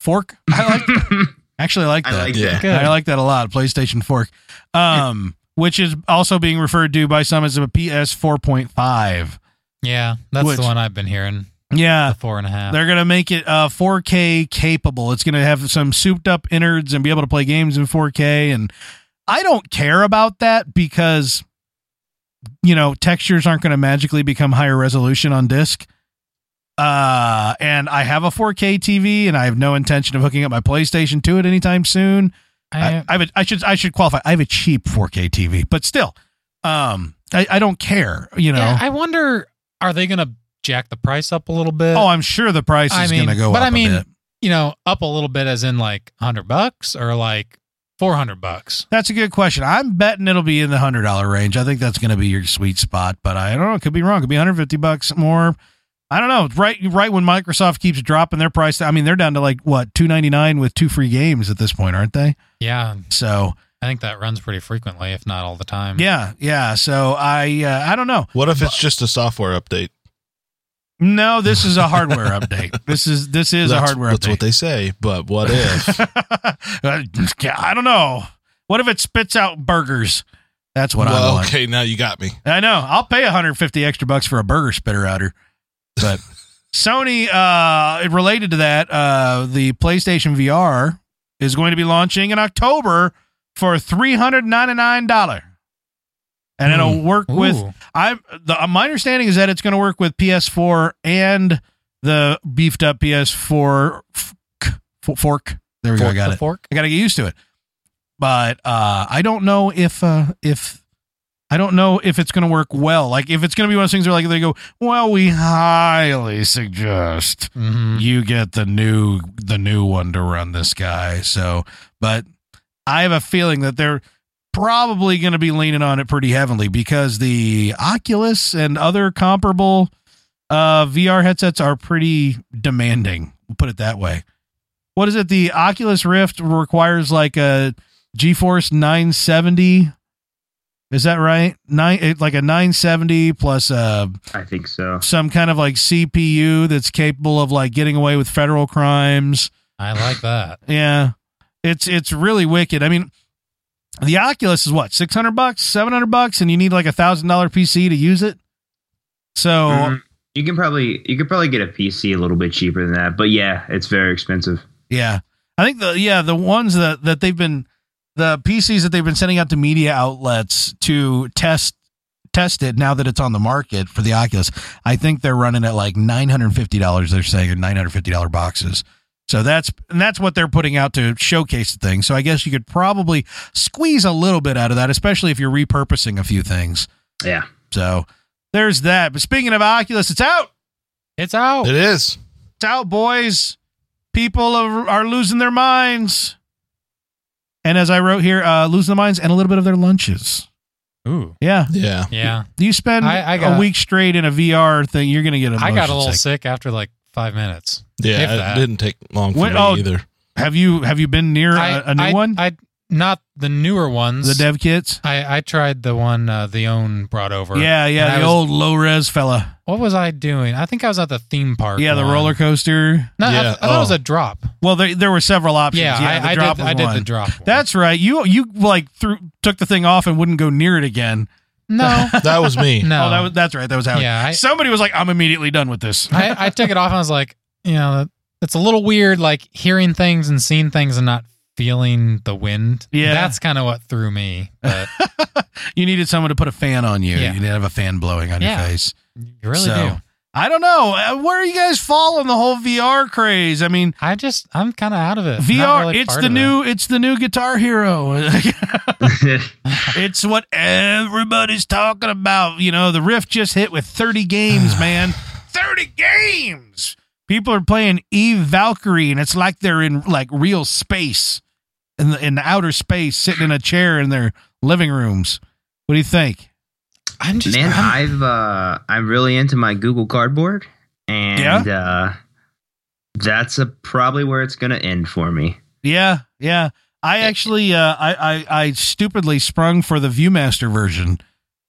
S1: Fork. I like, actually like
S4: I
S1: that.
S4: like
S3: Yeah.
S4: that.
S2: Good.
S1: I like that a lot. PlayStation Fork, um, which is also being referred to by some as a PS 4.5.
S2: Yeah. That's
S1: Which- Uh,
S2: the one I've been hearing.
S1: Yeah,
S2: The four and a half.
S1: They're gonna make it uh, 4K capable. It's gonna have some souped up innards and be able to play games in 4K. And I don't care about that because you know textures aren't gonna magically become higher resolution on disc. Uh, and I have a 4K TV, and I have no intention of hooking up my PlayStation to it anytime soon. I,
S2: I,
S1: I, have a, I should I should qualify. I have a cheap 4K TV, but still, um, I, I don't care. You know.
S2: yeah, I uh, wonder are they going to jack the price up a little bit?
S1: oh, I'm sure the price
S2: I
S1: is
S2: mean,
S1: gonna go
S2: but
S1: up
S2: I mean,
S1: a bit.
S2: you know, up a little bit as in like 100 bucks or like 400 bucks.
S1: That's a good question. I'm betting it'll be in the hundred dollar range. I think that's going to be your sweet spot, but I don't know. It could be wrong. It could be 150 bucks more. I don't know. Right, right when Microsoft keeps dropping their price, I mean they're down to like what 299 with two free games at this point, aren't they?
S2: Yeah.
S1: So
S2: I think that runs pretty frequently, if not all the time.
S1: yeah, yeah. So I, uh, I don't know.
S3: What if it's just a software update?
S1: No, this is a hardware update. This is this is a
S3: That's-
S1: hardware
S3: That's
S1: update.
S3: what they say. But what if?
S1: I don't know. What if it spits out burgers? That's what I
S3: well,
S1: want.
S3: okay, now you got me.
S1: I know. I'll pay 150 extra bucks for a burger spitter outer. But Sony, uh, related to that, uh, the PlayStation VR is going to be launching in October for $399. And it'll
S3: Hmm.
S1: work
S2: Ooh.
S1: with I'm the uh, my understanding is that it's going to work with PS4 and the beefed up PS4 f- f- fork. There we go. I
S2: Fork
S1: got
S2: the
S1: it.
S2: Fork.
S1: I got to get used to it. But uh, I don't know if uh, if I don't know if it's going to work well. Like if it's going to be one of those things where like they go, well, we highly suggest
S2: Mhm.
S1: you get the new the new one to run this guy. So, but I have a feeling that they're probably going to be leaning on it pretty heavily because the Oculus and other comparable uh, VR headsets are pretty demanding. We'll put it that way. What is it? The Oculus Rift requires like a GeForce 970. Is that right? Nine, it- like a 970 plus a
S4: I think so.
S1: some kind of like CPU that's capable of like getting away with federal crimes.
S2: I like that.
S1: Yeah. It's it's really wicked. I mean, the Oculus is what, 600 bucks, 700 bucks and you need like a $1000 PC to use it. So,
S4: Mhm. You can probably you could probably get a PC a little bit cheaper than that, but yeah, it's very expensive.
S1: Yeah. I think the yeah, the ones that that they've been the PCs that they've been sending out to media outlets to test test it now that it's on the market for the Oculus, I think they're running at like nine hundred and fifty dollars, they're saying in nine hundred and fifty dollar boxes. So that's and that's what they're putting out to showcase the thing. So I guess you could probably squeeze a little bit out of that, especially if you're repurposing a few things.
S4: Yeah.
S1: So there's that. But speaking of Oculus, it's out.
S2: It's out.
S3: It is.
S1: It's out, boys. People are, are losing their minds. And as I wrote here, uh, losing their minds and a little bit of their lunches.
S2: Ooh.
S1: Yeah.
S3: Yeah.
S2: Yeah.
S1: You spend
S2: I- I
S1: a
S2: got-
S1: week straight in a VR thing, you're going to get a
S2: I got a little sick after like five minutes. If
S3: Yeah.
S2: that.
S3: It didn't take long for
S1: When-
S3: me
S1: oh,
S3: either.
S1: Have you have you been near
S2: I-
S1: a uh, a new
S2: I-
S1: one?
S2: I not the newer ones.
S1: the dev kits?
S2: I I tried the one uh, the own brought over.
S1: Yeah,
S2: And
S1: yeah,
S2: I
S1: the
S2: was-
S1: old low res fella.
S2: What was I doing? I think I was at the theme park.
S1: Yeah, the
S2: one.
S1: roller coaster.
S2: No, I- I,
S3: Yeah,
S2: thought it was
S3: oh.
S2: a drop.
S1: Well, there, there were several options.
S2: Yeah,
S1: the
S2: I, I
S1: drop
S2: did.
S1: was
S2: I did the
S1: one.
S2: drop. one.
S1: That's right. You you like threw took the thing off and wouldn't go near it again.
S2: no,
S3: That was me.
S2: no.
S1: Oh, that was that's right. That was how. it-
S2: yeah. I,
S1: Somebody was like, "I'm immediately done with this."
S2: I, I took it off and I was like, you know, it's a little weird, like hearing things and seeing things and not feeling the wind.
S1: Yeah.
S2: that's kind of what threw me. But
S1: you needed someone to put a fan on you.
S2: Yeah.
S1: You didn't have a fan blowing on
S2: Yeah.
S1: your face.
S2: you really
S1: So-
S2: do.
S1: I don't know. Uh, Where are you guys falling the whole VR craze? I mean,
S2: I just, I'm kind of out of it. Not
S1: VR.
S2: really
S1: it's
S2: part
S1: the
S2: of it.
S1: new. It's the new Guitar Hero. It's what everybody's talking about. You know, the Rift just hit with 30 games, man. 30 games. People are playing Eve Valkyrie, and it's like they're in like real space, in the, in the outer space, sitting in a chair in their living rooms. What do you think?
S2: I'm just,
S4: Man,
S2: I'm-
S4: I've uh, I'm really into my Google Cardboard, and uh, that's a, probably where it's gonna end for me.
S1: Yeah, yeah. I actually, uh, I, I, I stupidly sprung for the ViewMaster version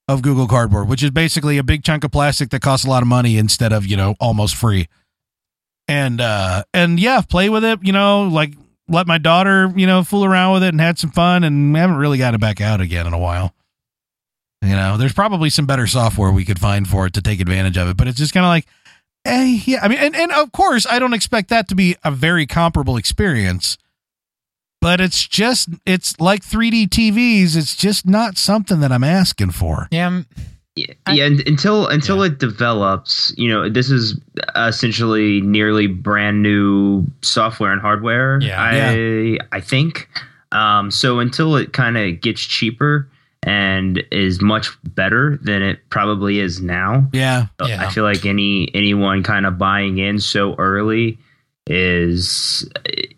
S1: of Google Cardboard, which is basically a big chunk of plastic that costs a lot of money instead of you know almost free. And uh, and yeah, play with it. You know, like let my daughter, you know, fool around with it and had some fun, and I haven't really got it back out again in a while. You know, there's probably some better software we could find for it to take advantage of it, but it's just kind of like, eh, yeah. I mean, and, and of course, I don't expect that to be a very comparable experience but it's just it's like 3D TVs. It's just not something that I'm asking for.
S2: yeah, I'm-
S4: Yeah,
S2: I-
S4: yeah and until until it develops, you know, this is essentially nearly brand new software and hardware.
S2: Yeah.
S4: I I think. Um, so until it kind of gets cheaper and is much better than it probably is now,
S1: Yeah,
S2: Yeah.
S4: I feel like any anyone kind of buying in so early is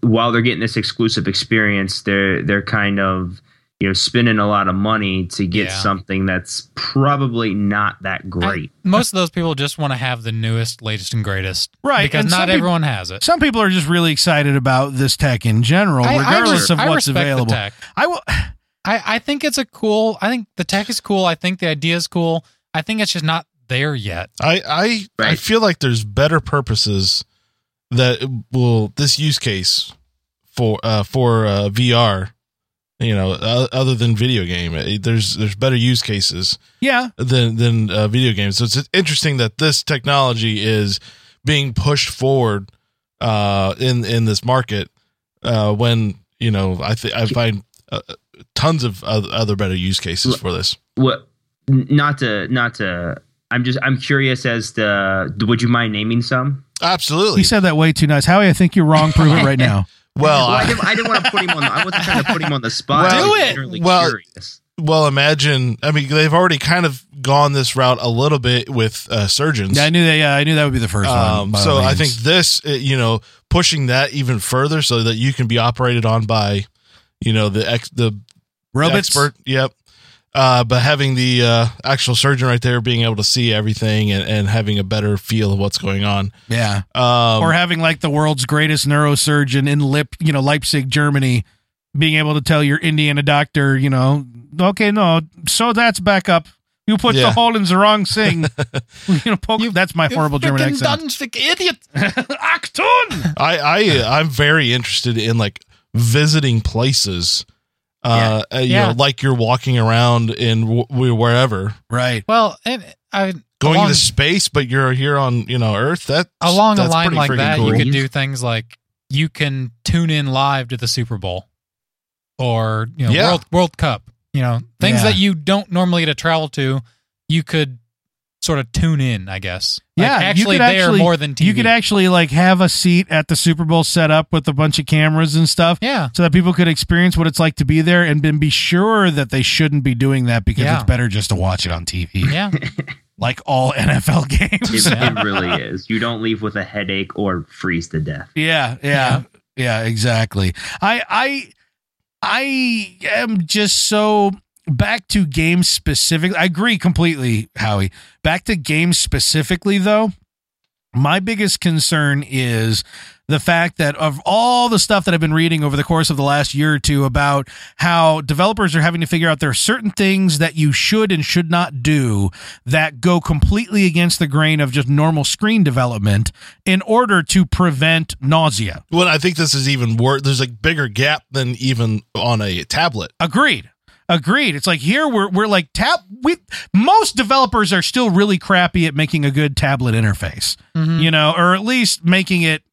S4: while they're getting this exclusive experience, they're they're kind of you know spending a lot of money to get
S2: Yeah.
S4: something that's probably not that great.
S2: most of those people just want to have the newest, latest, and greatest.
S1: right.
S2: Because
S1: and
S2: not
S1: some peop-
S2: everyone has it.
S1: some people are just really excited about this tech in general,
S2: I- I
S1: regardless
S2: res-
S1: of
S2: I
S1: what's
S2: respect the
S1: available.
S2: tech.
S1: I will.
S2: I, I think it's a cool. I think the tech is cool. I think the idea is cool. I think it's just not there yet.
S3: I I I
S4: Right.
S3: feel like there's better purposes that will this use case for uh for uh, VR, you know, uh, other than video game. Eh, There's there's better use cases
S1: Yeah,
S3: than than uh, video games. So it's interesting that this technology is being pushed forward uh in in this market uh when, you know, I th- I find uh, tons of oth- other better use cases for this.
S4: What not to not to I'm just I'm curious as to would you mind naming some?
S3: Absolutely.
S1: he said that way too nice. Howie, I think you're wrong. Prove it right now.
S3: well,
S4: I
S3: I,
S4: didn't, I didn't want to put him on. The, I wasn't trying to put him on the spot.
S3: Well-
S4: I was
S2: Do it!
S4: literally
S3: Well,
S4: curious.
S3: Well, imagine. I mean, they've already kind of gone this route a little bit with uh, surgeons.
S1: Yeah, I knew that. Yeah, I knew that would be the first one.
S3: um,
S1: by
S3: so
S1: all
S3: I
S1: means.
S3: think this, uh, you know, pushing that even further so that you can be operated on by, you know, the ex- the
S1: robots.
S3: expert. Yep. Uh, but having the uh, actual surgeon right there, being able to see everything and, and having a better feel of what's going on.
S1: Yeah,
S3: Um,
S1: or having like the world's greatest neurosurgeon in Lip, you know, Leipzig, Germany, being able to tell your Indiana doctor, you know, okay, no, so that's back up. You put the
S3: Yeah.
S1: hole in the wrong thing. you know, poke,
S2: You-
S1: that's my horrible German accent.
S2: idiot.
S1: Achtung!
S3: I, I I'm very interested in like visiting places. Uh, uh, you
S2: Yeah.
S3: know, like you're walking around in w- wherever,
S1: Right.
S2: Well, and I
S3: going
S2: along,
S3: to space, but you're here on you know Earth. That
S2: along a
S3: that's
S2: line
S3: pretty
S2: like
S3: freaking
S2: that,
S3: cool.
S2: you could do things like you can tune in live to the Super Bowl or you know
S3: Yeah.
S2: World World Cup. You know things
S1: Yeah.
S2: that you don't normally get to travel to. You could sort of tune in, I guess. Like,
S1: Yeah, you
S2: actually,
S1: could
S2: they are
S1: actually-
S2: more than TV.
S1: You could actually like have a seat at the Super Bowl set up with a bunch of cameras and stuff.
S2: yeah,
S1: So that people could experience what it's like to be there and then be sure that they shouldn't be doing that because
S2: Yeah.
S1: it's better just to watch it on TV.
S2: yeah.
S1: like all NFL games.
S4: It, it really is. You don't leave with a headache or freeze to death.
S1: Yeah, yeah, yeah, exactly. I I I am just so back to games specifically. I agree completely, Howie. Back to games specifically though. My biggest concern is the fact that of all the stuff that I've been reading over the course of the last year or two about how developers are having to figure out there are certain things that you should and should not do that go completely against the grain of just normal screen development in order to prevent nausea.
S3: Well, I think this is even worse. There's a bigger gap than even on a tablet.
S1: Agreed. Agreed. It's like here we're we're like tap we most developers are still really crappy at making a good tablet interface.
S2: Mhm.
S1: You know, or at least making it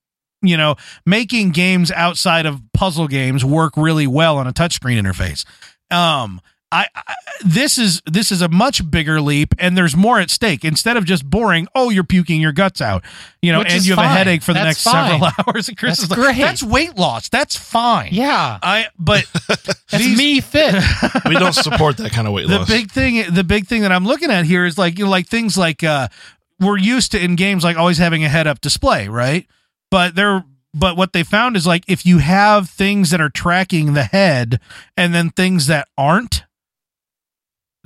S1: you know, making games outside of puzzle games work really well on a touchscreen interface. Um I, I this is this is a much bigger leep and there's more at stake instead of just boring oh you're puking your guts out you know
S2: Which
S1: and
S2: is
S1: you have a
S2: fine.
S1: headache for the next
S2: That's
S1: several hours and Chris
S2: That's
S1: is like,
S2: great.
S1: that's weight loss that's fine
S2: Yeah.
S1: I but
S2: That's
S1: these-
S2: me fit.
S3: We don't support that kind of weight
S1: the
S3: loss.
S1: big thing the big thing that i'm looking at here is like you know like things like uh we're used to in games like always having a head up display right but they're but what they found is like if you have things that are tracking the head and then things that aren't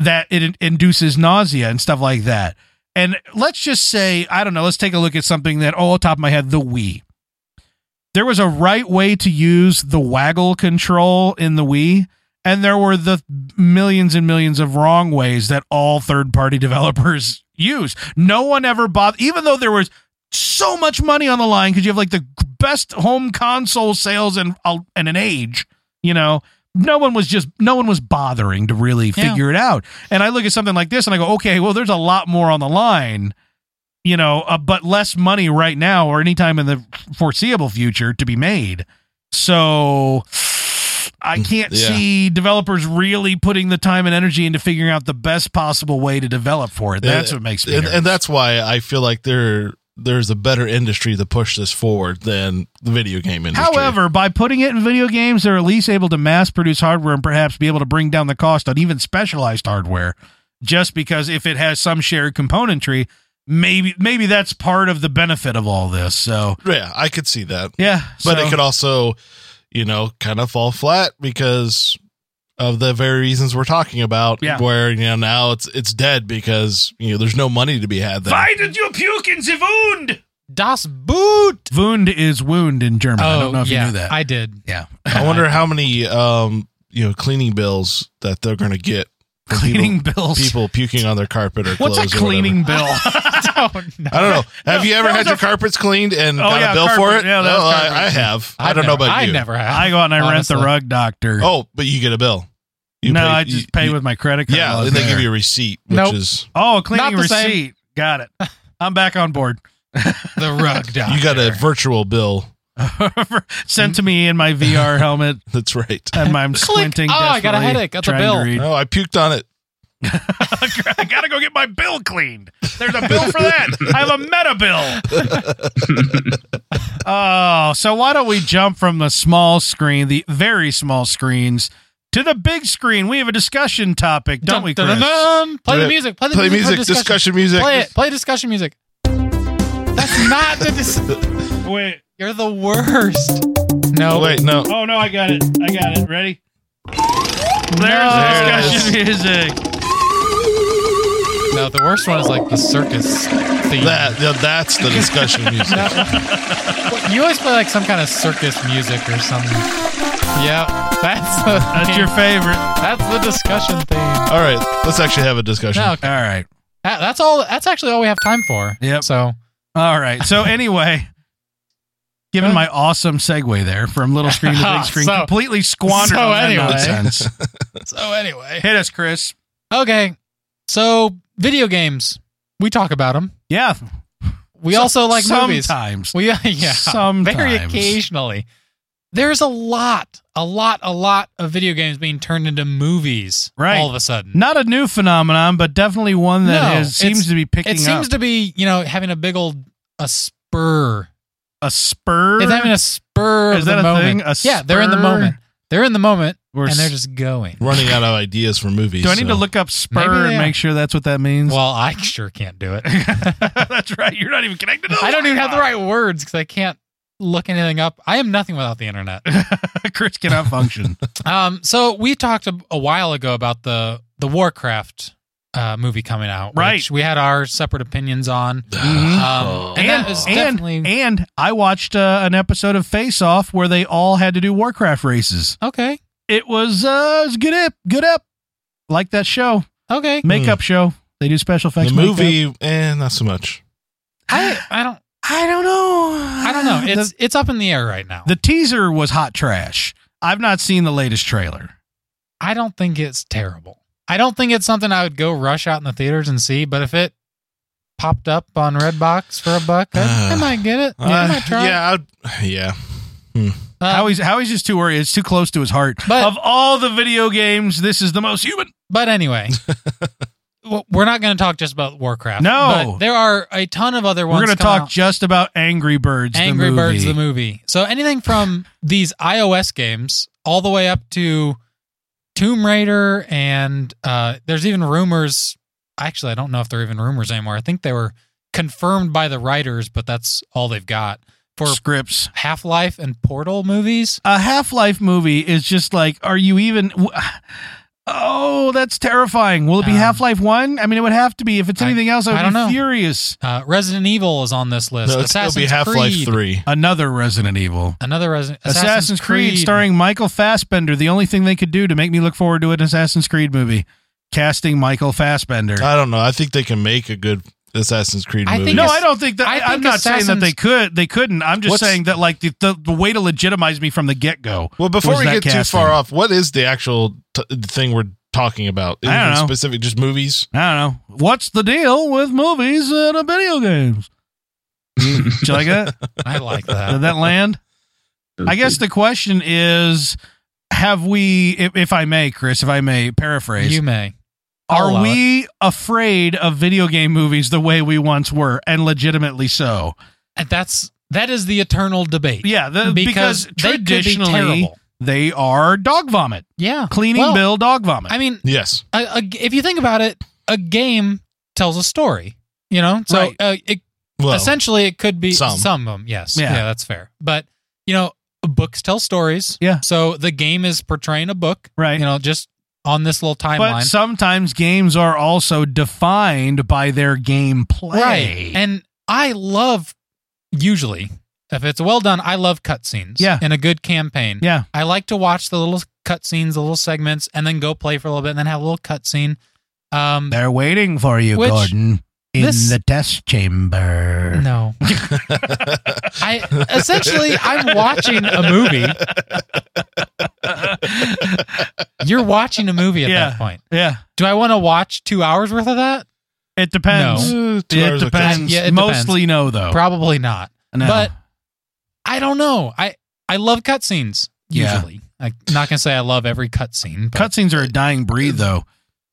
S1: that it in- induces nausea and stuff like that and let's just say i don't know let's take a look at something that oh, off the top of my head the wii there was a right way to use the waggle control in the wii and there were the millions and millions of wrong ways that all third party developers use. No one ever bothered, even though there was so much money on the line because you have like the best home console sales in, in an age, you know. No one was just no one was bothering to really
S2: Yeah.
S1: figure it out. And I look at something like this and I go, okay, well, there's a lot more on the line, you know, uh, but less money right now or anytime in the foreseeable future to be made. So I can't
S3: Mm, Yeah.
S1: see developers really putting the time and energy into figuring out the best possible way to develop for it. That's
S3: Uh,
S1: what makes me.
S3: and,
S1: nervous.
S3: and that's why I feel like there there's a better industry to push this forward than the video game industry.
S1: However, by putting it in video games, they're at least able to mass produce hardware and perhaps be able to bring down the cost on even specialized hardware. Just because if it has some shared componentry, maybe maybe that's part of the benefit of all this. So
S3: yeah, I could see that,
S1: yeah,
S3: but
S1: so-
S3: it could also, you know, kind of fall flat because of the very reasons we're talking about.
S1: Yeah.
S3: where you know now it's it's dead because you know there's no money to be had. Then.
S1: did you puke in the wound?
S2: Das Boot. Oh,
S1: Wound is wound in German. I
S3: Oh,
S1: don't know if
S2: yeah,
S1: you knew that.
S2: I did.
S1: yeah,
S3: I wonder how many um you know cleaning bills that they're going to get. from
S1: cleaning
S3: people,
S1: bills.
S3: people puking on their carpet or
S1: What's a
S3: clothes or whatever.
S1: cleaning bill?
S2: I don't know.
S3: I don't know. Have you ever
S1: that
S3: had
S1: was
S3: your
S1: a-
S3: carpets cleaned and
S1: Oh,
S3: got
S1: yeah,
S3: a bill for
S1: carpet.
S3: it?
S1: Yeah, that
S3: no,
S1: was
S3: I,
S1: carpet.
S3: I have. I
S2: I've
S3: don't know
S2: never-
S3: about
S2: I
S3: you.
S2: never have.
S1: I go out and I rent the
S2: Honestly.
S1: rug doctor.
S3: Oh, but you get a bill. You
S1: no,
S3: pay-
S1: I just
S3: you-
S1: pay
S3: you-
S1: with my credit card.
S3: Yeah,
S1: while I was
S3: and they
S1: there.
S3: give you a receipt, which
S2: Nope.
S3: is
S1: Oh, a cleaning
S2: Not the
S1: receipt.
S2: same.
S1: Got it. I'm back on board.
S2: The rug doctor.
S3: you got a virtual bill.
S1: Sent to me in my VR helmet,
S3: That's right.
S1: and I'm squinting.
S2: Oh, I got a
S1: desperately,
S2: headache. Got the
S1: trying to
S2: bill.
S1: read.
S3: No, I puked on it.
S1: I gotta go get my bill cleaned. There's a bill for that. I have a meta bill. oh, so why don't we jump from the small screen, the very small screens, to the big screen? We have a discussion topic, don't we, Chris?
S2: Dun-dun-dun-dun. Play
S3: Do
S2: the
S3: it.
S2: music. Play the
S3: Play
S2: music. for
S3: music, discussion music.
S2: Play it. Play discussion music. That's not the. Dis-
S1: Wait.
S2: You're the worst.
S3: Oh,
S2: No.
S3: wait, no.
S1: Oh no, I got it. I got it. Ready? There's
S2: There it
S1: the discussion music.
S2: No, the worst one is like the circus theme.
S3: That yeah, that's the discussion music.
S2: You always play like some kind of circus music or something. Yep. That's the
S1: That's your favorite.
S2: that's the discussion theme.
S3: All right, let's actually have a discussion.
S2: No,
S1: All right.
S2: that- that's all that's actually all we have time for.
S1: Yep.
S2: So
S1: All right. So anyway, given
S2: Good.
S1: my awesome segue there from little screen to big screen,
S2: So-
S1: completely squandered
S2: so
S1: on that
S2: anyway.
S1: nonsense.
S2: so anyway.
S1: Hit us, Chris.
S2: Okay. So video games. We talk about them.
S1: Yeah.
S2: We
S1: So-
S2: also like movies.
S1: sometimes.
S2: We yeah, very
S1: Sometimes.
S2: occasionally. There's a lot, a lot, a lot of video games being turned into movies
S1: Right.
S2: all of a sudden.
S1: Not a new phenomenon, but definitely one that
S2: No,
S1: has, seems
S2: it's-
S1: to be picking
S2: it seems
S1: up
S2: to be you know having a big old a spur.
S1: a spur.
S2: It's having a spur
S1: Is
S2: of
S1: that
S2: the
S1: a
S2: moment.
S1: thing? A
S2: yeah, they're in the
S1: spur?
S2: moment. They're in the moment,
S1: We're
S2: and they're
S1: s-
S2: just going.
S3: Running out of ideas for movies.
S1: do I need to
S3: so-
S1: look up
S2: Maybe
S1: spur
S2: they
S1: and
S2: are.
S1: make sure that's what that means?
S2: Well, I sure can't do it.
S1: that's right. You're not even connected. To the
S2: I don't even have the
S1: Wi-Fi.
S2: right words because I can't look anything up. I am nothing without the internet.
S1: Chris cannot function.
S2: Um, so we talked a, a while ago about the the Warcraft uh, movie coming out,
S1: Right.
S2: Which we had our separate opinions on,
S1: Mhm.
S2: um, and, that was
S1: and,
S2: definitely
S1: and I watched uh, an episode of Face Off where they all had to do Warcraft races.
S2: okay.
S1: It was uh, it was good up, good up. Like that show,
S2: Okay,
S1: makeup show. They do special effects.
S3: the
S1: makeup.
S3: movie, eh, not so much.
S2: I I don't
S1: I don't know.
S2: I don't know. It's
S1: the,
S2: it's up in the air right now.
S1: the teaser was hot trash. I've not seen the latest trailer.
S2: I don't think it's terrible. I don't think it's something I would go rush out in the theaters and see. But if it popped up on Redbox for a buck, I, I
S3: Uh,
S2: might get it. I
S3: Uh,
S2: might try. it.
S3: yeah, I'd- yeah.
S2: Uh,
S1: Howie's Howie's just too worried. It's too close to his heart.
S2: But-
S1: of all the video games, this is the most human.
S2: But anyway, w- we're not going to talk just about Warcraft.
S1: No.
S2: but there are a ton of other ones.
S1: We're going to
S2: coming
S1: talk
S2: out.
S1: just about Angry Birds. the
S2: Angry Birds the
S1: movie.
S2: movie. So anything from these iOS games all the way up to Tomb Raider, and uh, there's even rumors. Actually, I don't know if they're even rumors anymore. I think they were confirmed by the writers, but that's all they've got for
S1: scripts.
S2: Half Life and Portal movies.
S1: a Half Life movie is just like, are you even? w- Oh, that's terrifying. Will it be
S2: Um,
S1: Half Life One? I mean, it would have to be. If it's
S2: I-
S1: anything else, I would
S2: I don't
S1: be
S2: know.
S1: furious.
S2: Uh, Resident Evil is on this list.
S3: No, it's, it'll
S2: Assassin's
S3: be Half Life
S2: Creed.
S3: Three.
S1: Another Resident Evil.
S2: Another Resident
S1: Assassin's, Creed. starring Michael Fassbender. The only thing they could do to make me look forward to an Assassin's Creed movie, casting Michael Fassbender.
S3: I don't know. I think they can make a good Assassin's Creed
S2: I
S3: movie.
S2: think
S1: no,
S2: it's-
S1: I don't think that.
S2: I
S1: I
S2: think
S1: am not saying that they
S2: Assassin's-
S1: could. They couldn't. I'm just
S3: What's-
S1: saying that like the, the, the way to legitimize me from the get go.
S3: well, before
S1: was
S3: we
S1: that
S3: get too
S1: casting.
S3: far off, what is the actual t- thing we're talking about?
S1: I don't
S3: Anything
S1: know.
S3: Specific, just movies.
S1: I don't know. What's the deal with movies and uh, video games? Did you like that?
S2: I like
S1: Did
S2: that.
S1: that land? I guess the question is have we, if, if I may, Chris, if I may paraphrase,
S2: you may. I'll
S1: are
S2: allow
S1: we afraid of video game movies the way we once were and legitimately so?
S2: And that's that is the eternal debate.
S1: Yeah, the, because,
S2: they could be
S1: traditionally
S2: terrible.
S1: they are dog vomit,
S2: yeah,
S1: cleaning
S2: Well,
S1: bill dog vomit.
S2: I mean,
S3: Yes.
S2: a, a- if you think about it, a game tells a story. You know, so
S1: Right.
S2: uh, it,
S3: Well,
S2: essentially it could be
S3: some.
S2: some, of them. Yes,
S1: Yeah.
S2: yeah. that's fair. But you know, books tell stories.
S1: Yeah.
S2: So the game is portraying a book.
S1: right.
S2: You know, just on this little
S1: but
S2: timeline.
S1: sometimes games are also defined by their gameplay.
S2: Right. And I love usually if it's well done, I love cutscenes.
S1: Yeah.
S2: And a good campaign.
S1: Yeah.
S2: I like to watch the little cutscenes, the little segments, and then go play for a little bit and then have a little cutscene. Um
S1: They're waiting for you,
S2: Which-
S1: Gordon, in
S2: this-
S1: the test chamber.
S2: no. I essentially I'm watching a movie. You're watching a movie at
S1: Yeah.
S2: that point.
S1: Yeah,
S2: Do I want to watch two hours worth of that?
S1: it depends.
S3: Uh, two
S1: It
S3: hours of
S1: depends.
S2: Yeah, it
S1: Mostly no, though.
S2: Probably not.
S1: No.
S2: but- I don't know. I I love cutscenes
S1: Yeah.
S2: usually. I'm not gonna say I love every cutscene. but-
S1: cutscenes are a dying breed,
S2: Mm.
S1: though.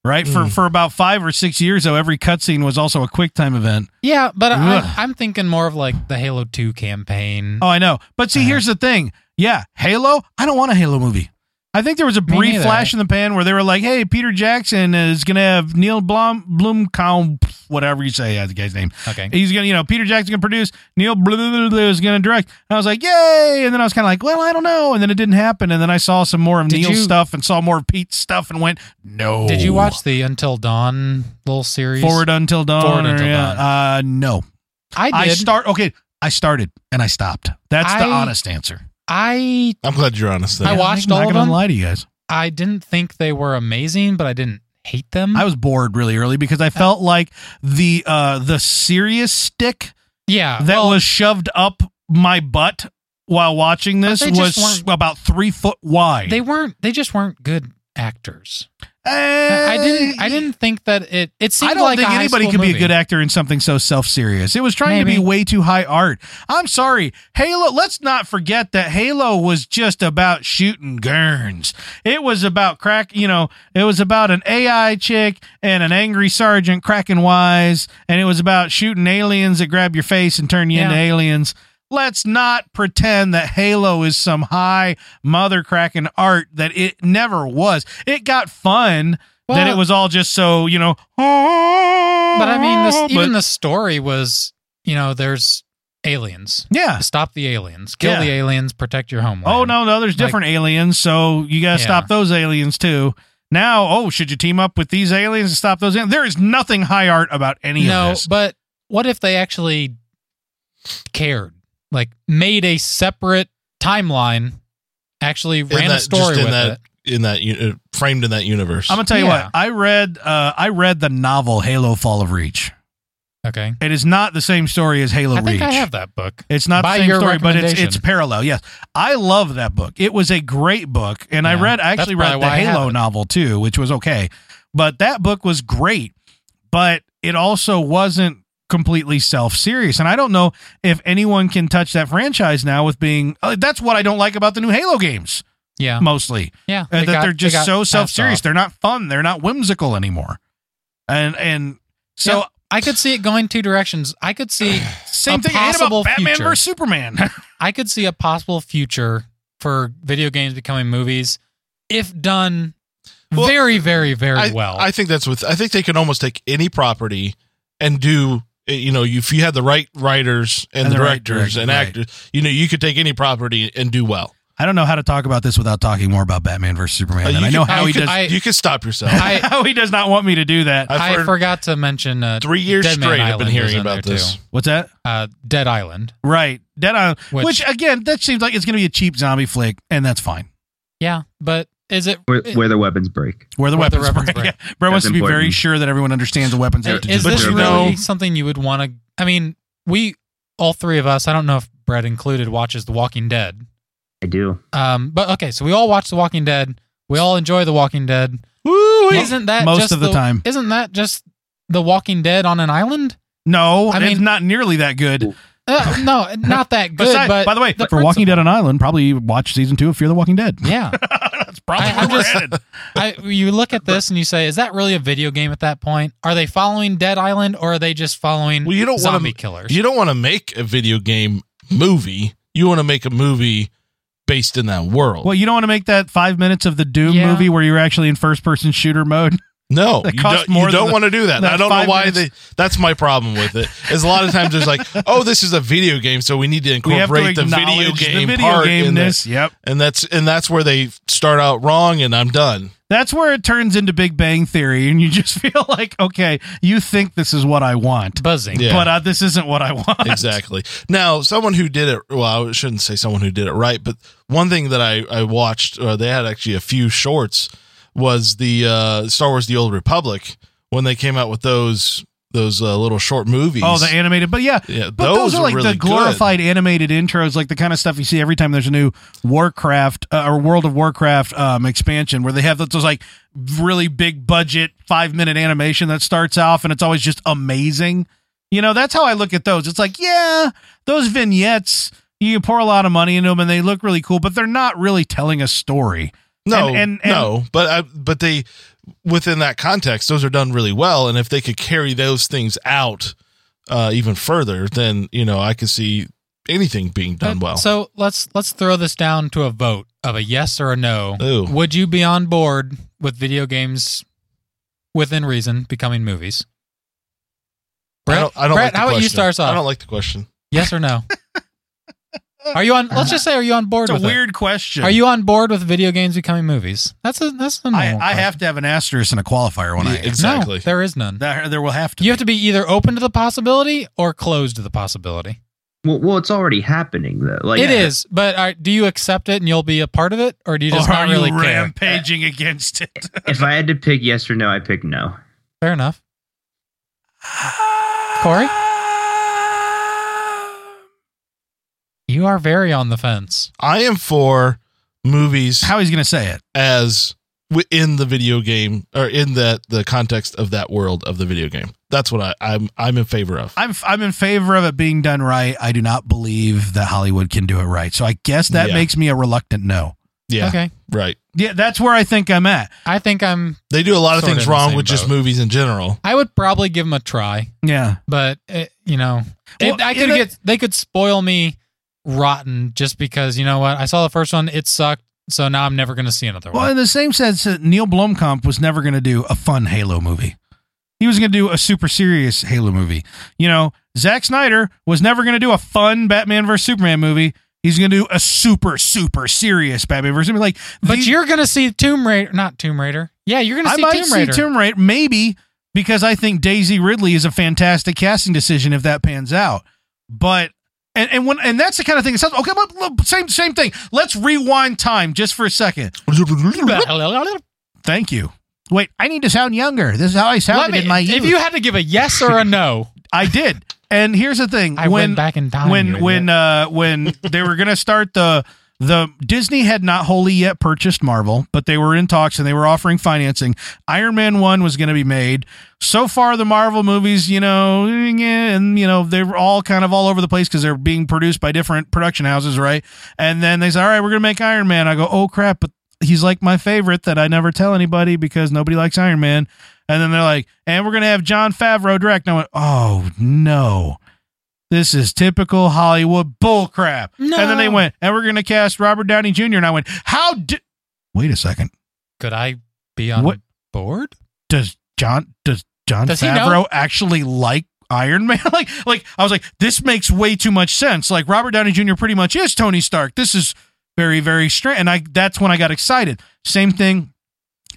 S1: Right for
S3: Mm.
S1: for about five or six years, though, every cutscene was also a quick time event.
S2: Yeah, but
S1: Ugh.
S2: I, I'm thinking more of like the Halo 2 campaign.
S1: Oh, I know. But see,
S2: Uh-huh.
S1: here's the thing. Yeah, Halo. I don't want a Halo movie. I think there was a
S2: Me
S1: brief
S2: neither.
S1: flash in the pan where they were like, "Hey, Peter Jackson is gonna have Neil Blum Blumkamp, whatever you say, yeah, the guy's name.
S2: okay.
S1: He's gonna, you know, Peter Jackson gonna produce. Neil blah, blah, blah, blah is gonna direct." And I was like, "Yay!" And then I was kind of like, "Well, I don't know." And then it didn't happen. And then I saw some more of
S2: Did
S1: Neil's
S2: you-
S1: stuff and saw more of Pete's stuff and went, "No."
S2: Did you watch the Until Dawn little series?
S1: Forward Until Dawn.
S2: Forward
S1: or,
S2: Until
S1: yeah. Uh, no.
S2: I did.
S1: I,
S2: I,
S1: start. Okay, I started and I stopped. That's the
S2: I-
S1: honest answer.
S2: I
S3: I'm glad you're honest.
S2: I
S3: There.
S2: wa- watched
S1: I'm not
S2: all of
S1: gonna
S2: them? Mm-hmm.
S1: lie to you guys.
S2: didn't think they were amazing, but I didn't hate them.
S1: I was bored really early because I felt like the uh the serious stick
S2: yeah.
S1: that was shoved up my butt while watching this
S2: But they
S1: was
S2: just weren't-
S1: about three foot wide.
S2: They weren't they just weren't good actors.
S1: Eh,
S2: I didn't I didn't think that it it seemed
S1: I don't
S2: like
S1: think
S2: a high
S1: anybody
S2: school
S1: can be a
S2: movie.
S1: good actor in something so self-serious. It was trying to be
S2: Maybe.
S1: way too high art. I'm sorry, Halo. Let's not forget that Halo was just about shooting gurns. It was about crack. You know, it was about an AI chick and an angry sergeant cracking wise, and it was about shooting aliens that grab your face and turn you into
S2: Yeah.
S1: aliens. Let's not pretend that Halo is some high mother cracking art that it never was. It got fun. then it was all just so you know.
S2: But
S1: But
S2: I mean, this, even
S1: but-
S2: the story was, you know, there's aliens.
S1: yeah.
S2: Stop the aliens. Kill
S1: Yeah.
S2: the aliens. Protect your homeland.
S1: Oh no, no, there's
S2: Like-
S1: different aliens, so you gotta
S2: Yeah.
S1: stop those aliens too. Now, oh, should you team up with these aliens and stop those? Aliens? There is nothing high art about any
S2: no.
S1: of this.
S2: But what if they actually cared? Like, made a separate timeline. Actually, ran a
S3: that-
S2: story
S3: just in
S2: with
S3: that
S2: it.
S3: in that u- uh, framed in that universe.
S1: I'm gonna tell you
S2: Yeah.
S1: what. I read. Uh, I read the novel Halo: Fall of Reach.
S2: Okay.
S1: It is not the same story as Halo
S2: I think
S1: Reach.
S2: I have that book.
S1: It's not
S2: By
S1: the same
S2: your
S1: story, but it's it's
S2: recommendation.
S1: parallel. Yes, I love that book. It was a great book, and I
S2: Yeah,
S1: read. I
S2: that's
S1: actually read
S2: probably
S1: the
S2: why I have
S1: Halo
S2: it.
S1: novel too, which was okay. But that book was great, but it also wasn't completely self-serious. And I don't know if anyone can touch that franchise now with being. uh, that's what I don't like about the new Halo games
S2: Yeah.
S1: mostly.
S2: Yeah.
S1: Uh, that
S2: They Uh-huh. got-
S1: they're
S2: they
S1: just
S2: got
S1: so
S2: passed
S1: self serious.
S2: off.
S1: They're not fun. They're not whimsical anymore. And and so
S2: Yeah. I could see it going two directions. I could see
S1: same
S2: A
S1: thing I hate
S2: possible
S1: about Batman
S2: future.
S1: versus Superman.
S2: I could see a possible future for video games becoming movies if done
S3: Well,
S2: very, very, very
S3: I,
S2: well.
S3: I think that's with. I think they can almost take any property and do. uh, You know, if you had the right writers and,
S1: And
S3: the
S1: the right
S3: directors
S1: direct-
S3: and
S1: right.
S3: actors, you know, you could take any property and do well.
S1: I don't know how to talk about this without talking more about Batman versus Superman.
S2: Oh,
S3: Uh,
S1: and
S3: you
S1: I know
S3: could-
S1: how
S3: you
S1: he
S3: could-
S1: does.
S2: I-
S3: you could stop yourself.
S2: I-
S1: how he does not want me to do that.
S3: I've
S2: I
S3: heard-
S2: forgot to mention uh,
S3: Three years
S2: Dead Man
S3: straight, I've
S2: Island
S3: been
S2: was
S3: hearing
S2: in
S3: about
S2: there,
S3: this.
S2: too.
S1: What's that?
S2: Uh, Dead Island.
S1: Right, Dead Island. Which,
S2: Which-
S1: again, that seems like it's going to be a cheap zombie flick, and that's fine.
S2: Yeah, but is it?
S4: where,
S2: it-
S4: where the weapons break.
S1: Where the
S2: Where the
S1: weapons,
S2: weapons
S1: break.
S2: break.
S1: Yeah. Brett wants
S4: That's
S1: to be very
S4: important.
S1: sure that everyone understands the weapons.
S2: is
S1: have to do.
S2: this
S3: you
S2: really
S3: know-
S2: something you would want to? I mean, we all three of us. I don't know if Brett included watches The Walking Dead.
S4: I do.
S2: Um, but okay, so we all watch The Walking Dead. We all enjoy The Walking Dead.
S3: Woo!
S2: Isn't that
S1: most
S2: just
S1: of the time.
S2: Isn't that just The Walking Dead on an island?
S1: No,
S2: I
S1: it's
S2: mean-
S1: not nearly that good.
S2: Uh, no, not that good.
S1: Besides-
S2: but
S1: by the way, for
S2: principle-
S1: Walking Dead on Island, probably watch season two of Fear the Walking Dead.
S2: yeah,
S1: That's probably
S2: I- I
S1: where we're
S2: just-
S1: headed.
S2: I, you look at this and you say, is that really a video game at that point? Are they following Dead Island or are they just following
S3: Well, you don't wanna-
S2: zombie killers?
S3: You don't want to make a video game movie. You want to make a movie based in that world.
S1: Well, you don't want to make that five minutes of the Doom
S2: Yeah.
S1: movie where you're actually in first person shooter mode.
S3: no,
S1: that
S3: you
S1: costs
S3: don't,
S1: more
S3: you don't
S1: than
S3: want to do that.
S1: than
S3: I don't know
S1: five
S3: why they,
S1: minutes.
S3: that's my problem with it. Is a lot of times there's like, oh, this is a video game, so we need to
S1: We have to
S3: incorporate the video
S1: acknowledge
S3: game
S1: the video
S3: part
S1: game
S3: in this,
S1: this. Yep.
S3: and that's and that's where they start out wrong, and I'm done.
S1: That's where it turns into Big Bang Theory, and you just feel like, okay, you think this is what I want,
S2: Buzzing.
S3: Yeah.
S1: but uh, this isn't what I want.
S3: exactly. Now, someone who did it, well, I shouldn't say someone who did it right, but one thing that I, I watched, uh, they had actually a few shorts, was the uh, Star Wars The Old Republic when they came out with those those uh, little short movies.
S1: Oh, the animated, but yeah,
S3: yeah,
S1: but those, are
S3: were
S1: like
S3: really
S1: the
S3: good.
S1: glorified animated intros, like the kind of stuff you see every time there's a new Warcraft uh, or World of Warcraft um, expansion, where they have those like really big budget five minute animation that starts off, and it's always just amazing. You know, that's how I look at those. It's like, yeah, those vignettes. You pour a lot of money into them, and they look really cool, but they're not really telling a story.
S3: No,
S1: and- and- and-
S3: no, but I, but they within that context, those are done really well, and if they could carry those things out uh, even further, then you know I could see anything being done
S2: But-
S3: well.
S2: So let's let's throw this down to a vote of a yes or a no.
S3: Ooh.
S2: Would you be on board with video games within reason becoming movies?
S3: I
S2: Brett,
S3: don't, I don't
S2: Brett
S3: like the
S2: how
S3: question.
S2: about you start us
S3: I
S2: off?
S3: don't like the question.
S2: yes or no? Are you on? Let's just say, are you on board
S1: It's a
S2: with it?
S1: weird question.
S2: Are you on board with video games becoming movies? That's a that's a normal
S1: I, I
S2: question.
S1: have to have an asterisk and a qualifier when I
S3: Yeah, exactly.
S2: No, there is none.
S1: there, there will have to. be.
S2: You have to be either open to the possibility or closed to the possibility.
S4: Well, well, it's already happening though. Like
S2: It is, but are, do you accept it and you'll be a part of it, or do you just
S1: or
S2: not
S1: are
S2: really
S1: you
S2: care?
S1: rampaging against it?
S4: If I had to pick yes or no, I pick no.
S2: Fair enough. Corey? You are very on the fence.
S3: I am for movies
S1: How he's going to say it?
S3: as within the video game or in that the context of that world of the video game. That's what I, I'm I'm in favor of.
S1: I'm I'm in favor of it being done right. I do not believe that Hollywood can do it right. So I guess that
S3: Yeah.
S1: makes me a reluctant no.
S3: Yeah,
S2: Okay.
S3: right.
S1: Yeah, that's where I think I'm at.
S2: I think I'm.
S3: They do a lot of
S2: Sort of
S3: things
S2: in the
S3: wrong
S2: same
S3: with just
S2: boat.
S3: movies in general.
S2: I would probably give them a try,
S1: Yeah.
S2: but it, you know, it-
S1: Well,
S2: I could
S1: in a-
S2: get. They could spoil me rotten just because you know what I saw the first one, it sucked, so now I'm never gonna see another
S1: Well,
S2: one.
S1: in the same sense that Neil Blomkamp was never going to do a fun Halo movie. He was going to do a super serious Halo movie. You know, Zack Snyder was never going to do a fun Batman vs Superman movie. He's going to do a super super serious Batman vs Superman. Like,
S2: But
S1: the-
S2: you're gonna see Tomb Raider, not Tomb Raider. Yeah, you're gonna
S1: I
S2: see
S1: might
S2: Tomb Raider.
S1: see Tomb Raider maybe because I think Daisy Ridley is a fantastic casting decision if that pans out. But and and when and that's the kind of thing. That sounds, okay, look, look, same same thing. Let's rewind time just for a second. Thank you. Wait, I need to sound younger. This is how I
S2: Let
S1: sounded
S2: me,
S1: in my
S2: if
S1: youth.
S2: you had to give a yes or a no,
S1: I did. And here's the thing:
S2: I
S1: when
S2: went back in time. you
S1: when
S2: idiot.
S1: when uh, when they were gonna start the the Disney had not wholly yet purchased Marvel, but they were in talks and they were offering financing. Iron Man one was gonna be made. So far, the Marvel movies, you know, eh, and you know they were all kind of all over the place because they're being produced by different production houses, right? And then they said, "All right, we're gonna make Iron Man." I go, "Oh crap!" But he's like my favorite that I never tell anybody because nobody likes Iron Man. And then they're like, "And we're gonna have John Favreau direct." And I went, "Oh no." this is typical Hollywood bullcrap.
S2: No.
S1: And then they went, and we're going to cast Robert Downey Jr. And I went, how d Wait a second.
S2: could I be on
S1: What-
S2: board?
S1: Does John does John
S2: Does he
S1: Favreau
S2: know?
S1: actually like Iron Man? like like I was like, this makes way too much sense. Like Robert Downey Jr. pretty much is Tony Stark. This is very very strange. And I that's when I got excited. Same thing.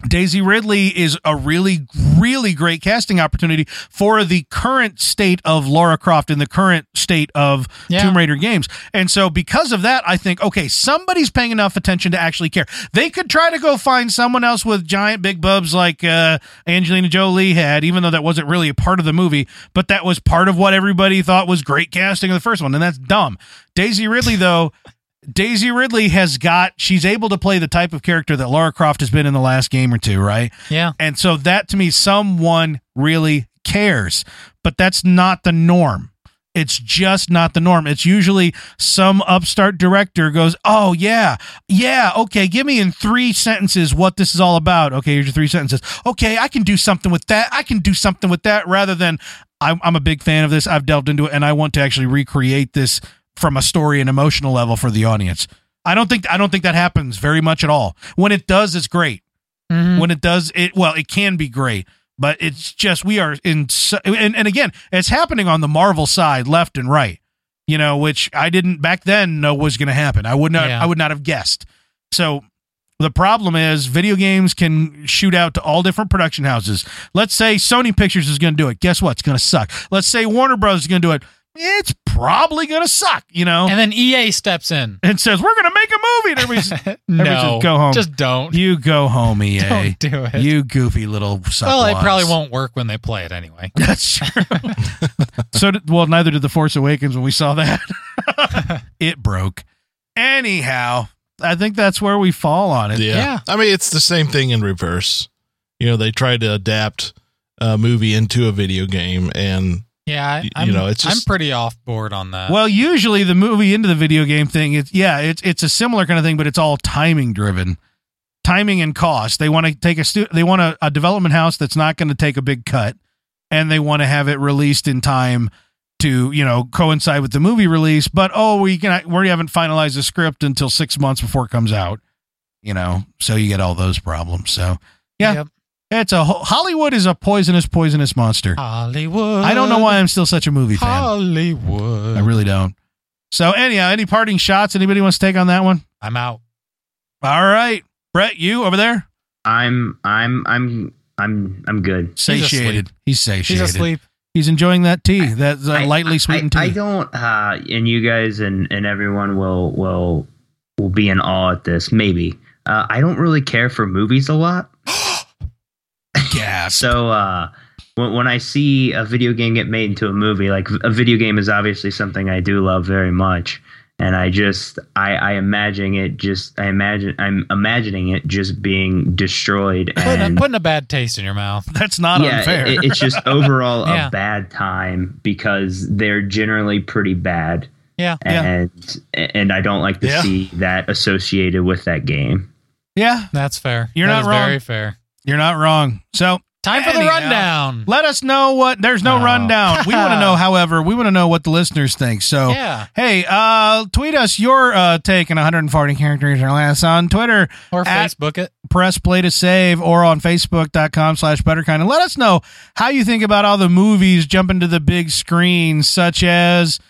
S1: Daisy Ridley is a really, really great casting opportunity for the current state of Laura Croft and the current state of
S2: Yeah.
S1: Tomb Raider games. And so because of that, I think, okay, somebody's paying enough attention to actually care. They could try to go find someone else with giant big bubs like uh, Angelina Jolie had, even though that wasn't really a part of the movie, but that was part of what everybody thought was great casting of the first one. And that's dumb. Daisy Ridley, though. Daisy Ridley has got, she's able to play the type of character that Laura Croft has been in the last game or two, right?
S2: Yeah.
S1: And so that to me, someone really cares, but that's not the norm. It's just not the norm. It's usually some upstart director goes, Oh, yeah, yeah, okay, give me in three sentences what this is all about. Okay, here's your three sentences. Okay, I can do something with that. I can do something with that rather than I'm, I'm a big fan of this. I've delved into it and I want to actually recreate this from a story and emotional level for the audience. I don't think I don't think that happens very much at all. When it does, it's great
S2: Mhm.
S1: when it does it well it can be great but it's just we are in so, and, and again it's happening on the marvel side left and right you know which i didn't back then know was going to happen i would not
S2: Yeah.
S1: i would not have guessed so the problem is video games can shoot out to all different production houses let's say sony pictures is going to do it guess what it's going to suck let's say warner bros is going to do it it's probably going to suck you know and,
S2: And then EA steps in.
S1: says we're going to make a movie and everybody's
S2: no,
S1: just go home.
S2: Just don't.
S1: you go home ea
S2: Don't do it.
S1: you goofy little
S2: well, it
S1: suckwads.
S2: probably won't work when they play it anyway.
S1: That's true. so, did, well, neither did The Force Awakens when we saw that. it broke. Anyhow, I think that's where we fall on it.
S3: Yeah.
S2: Yeah.
S3: I mean, it's the same thing in reverse. You know, they try to adapt a movie into a video game, and
S2: Yeah, I,
S3: You
S2: I'm,
S3: know, it's
S2: I'm
S3: just-
S2: pretty off board on that.
S1: Well, usually the movie into the video game thing, it's yeah, it's it's a similar kind of thing, but it's all timing driven. Timing and cost. They want to take a stu- they want a, a development house that's not going to take a big cut and they want to have it released in time to, you know, coincide with the movie release, but oh, we can we haven't finalized the script until 6 months before it comes out, you know. So you get all those problems. So yeah.
S2: Yep.
S1: it's a ho- Hollywood is a poisonous poisonous monster.
S2: Hollywood.
S1: I don't know why I'm still such a movie fan.
S2: Hollywood.
S1: I really don't. So anyhow, any parting shots anybody wants to take on that one?
S2: I'm out.
S1: All right. Brett, you over there?
S4: I'm I'm I'm I'm I'm good.
S1: Satiated. He's, satiated.
S2: She's asleep.
S1: He's enjoying that tea. That, that
S4: I-
S1: lightly sweetened
S4: I, I
S1: tea.
S4: don't uh and you guys and and everyone will will will be in awe at this maybe. Uh, I don't really care for movies a lot.
S1: Gasp.
S4: So uh when when I see a video game get made into a movie, like a video game is obviously something I do love very much. And I just I, I imagine it just I imagine I'm imagining it just being destroyed
S2: Putting a,
S4: and
S2: putting a bad taste in your mouth.
S1: That's not unfair.
S4: it- it's just overall
S2: Yeah.
S4: a bad time because they're generally pretty bad.
S2: Yeah.
S4: eh.
S1: Yeah.
S4: And and I don't like to
S3: Yeah.
S4: see that associated with that game.
S1: yeah,
S2: That's fair.
S1: You're not
S2: That is
S1: wrong.
S2: Very fair.
S1: you're not wrong. So
S2: Time for the
S1: Anyhow.
S2: rundown.
S1: Let us know what there's no
S2: Oh.
S1: rundown. We want to know, however, we want to know what the listeners think. So
S2: Yeah.
S1: hey, uh, tweet us your uh, take on 140 characters or less on Twitter
S2: Or
S1: At-
S2: Facebook it.
S1: press play to save or on facebook.com slash butterkind and let us know how you think about all the movies jumping to the big screen such as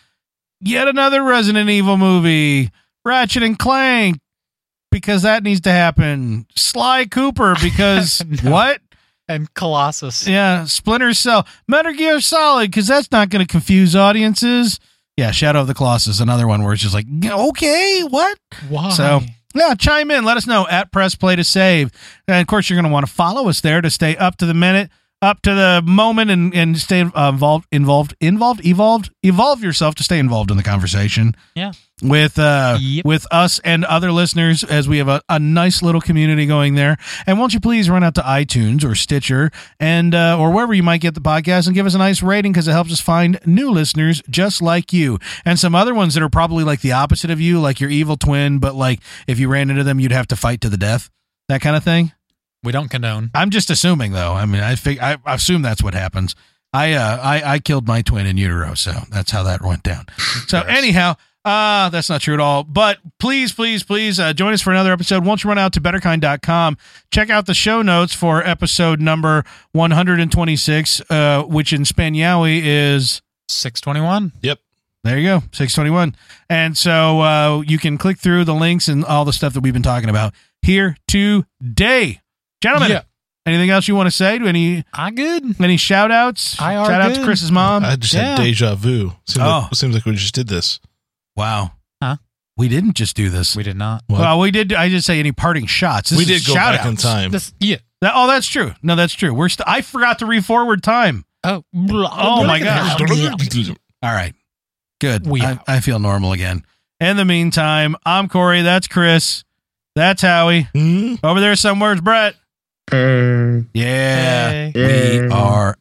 S1: yet another resident evil movie ratchet and clank because that needs to happen sly cooper because
S2: No.
S1: what
S2: And Colossus.
S1: yeah splinter cell metal gear solid because that's not going to confuse audiences yeah shadow of the colossus another one where it's just like okay what
S2: Why?
S1: So- yeah, chime in. Let us know at Press Play to Save. And of course, you're going to want to follow us there to stay up to the minute, up to the moment, and, and stay uh, involved, involved, involved, evolved, evolve yourself to stay involved in the conversation.
S2: Yeah.
S1: With uh,
S2: Yep.
S1: with us and other listeners, as we have a, a nice little community going there. And won't you please run out to iTunes or Stitcher and uh, or wherever you might get the podcast and give us a nice rating because it helps us find new listeners just like you and some other ones that are probably like the opposite of you, like your evil twin, but like if you ran into them, you'd have to fight to the death, that kind of thing.
S2: we don't condone.
S1: I'm just assuming though. I mean, I fig- I, I assume that's what happens. I uh I, I killed my twin in utero, so that's how that went down. So
S3: Gross.
S1: anyhow, uh that's not true at all. But please, please, please uh, join us for another episode. Once you run out to betterkind.com, check out the show notes for episode number 126, uh, which in Spanyawi is
S2: 621.
S1: there you go, 621. And so uh, you can click through the links and all the stuff that we've been talking about here today. Gentlemen,
S2: Yeah.
S1: anything else you want to say? Do any
S2: I good.
S1: any shout outs?
S2: I are
S1: shout out to
S2: good.
S1: Chris's mom.
S3: I just had
S2: Um, yeah.
S3: deja vu. Seems,
S1: Oh.
S3: like, seems like we just did this.
S1: wow.
S2: Huh?
S1: We didn't just do this.
S2: We did not.
S3: What?
S1: well, we did. I did say any parting shots. This
S3: we
S1: is
S3: did go
S1: shout
S3: back in
S1: outs.
S3: time.
S2: This, yeah.
S1: That- oh, that's true. No, that's true. We're. St- I forgot to re-forward time.
S2: Oh,
S1: Oh my gosh.
S3: Bye
S1: All right. Good.
S2: We
S1: I,
S2: out.
S1: I feel normal again. In the meantime, I'm Corey. That's Chris. That's Howie.
S3: Mm,
S1: Over there somewhere's Brett.
S4: Hey,
S1: Yeah. Oh.
S2: Hey.
S1: We
S4: Yeah.
S1: are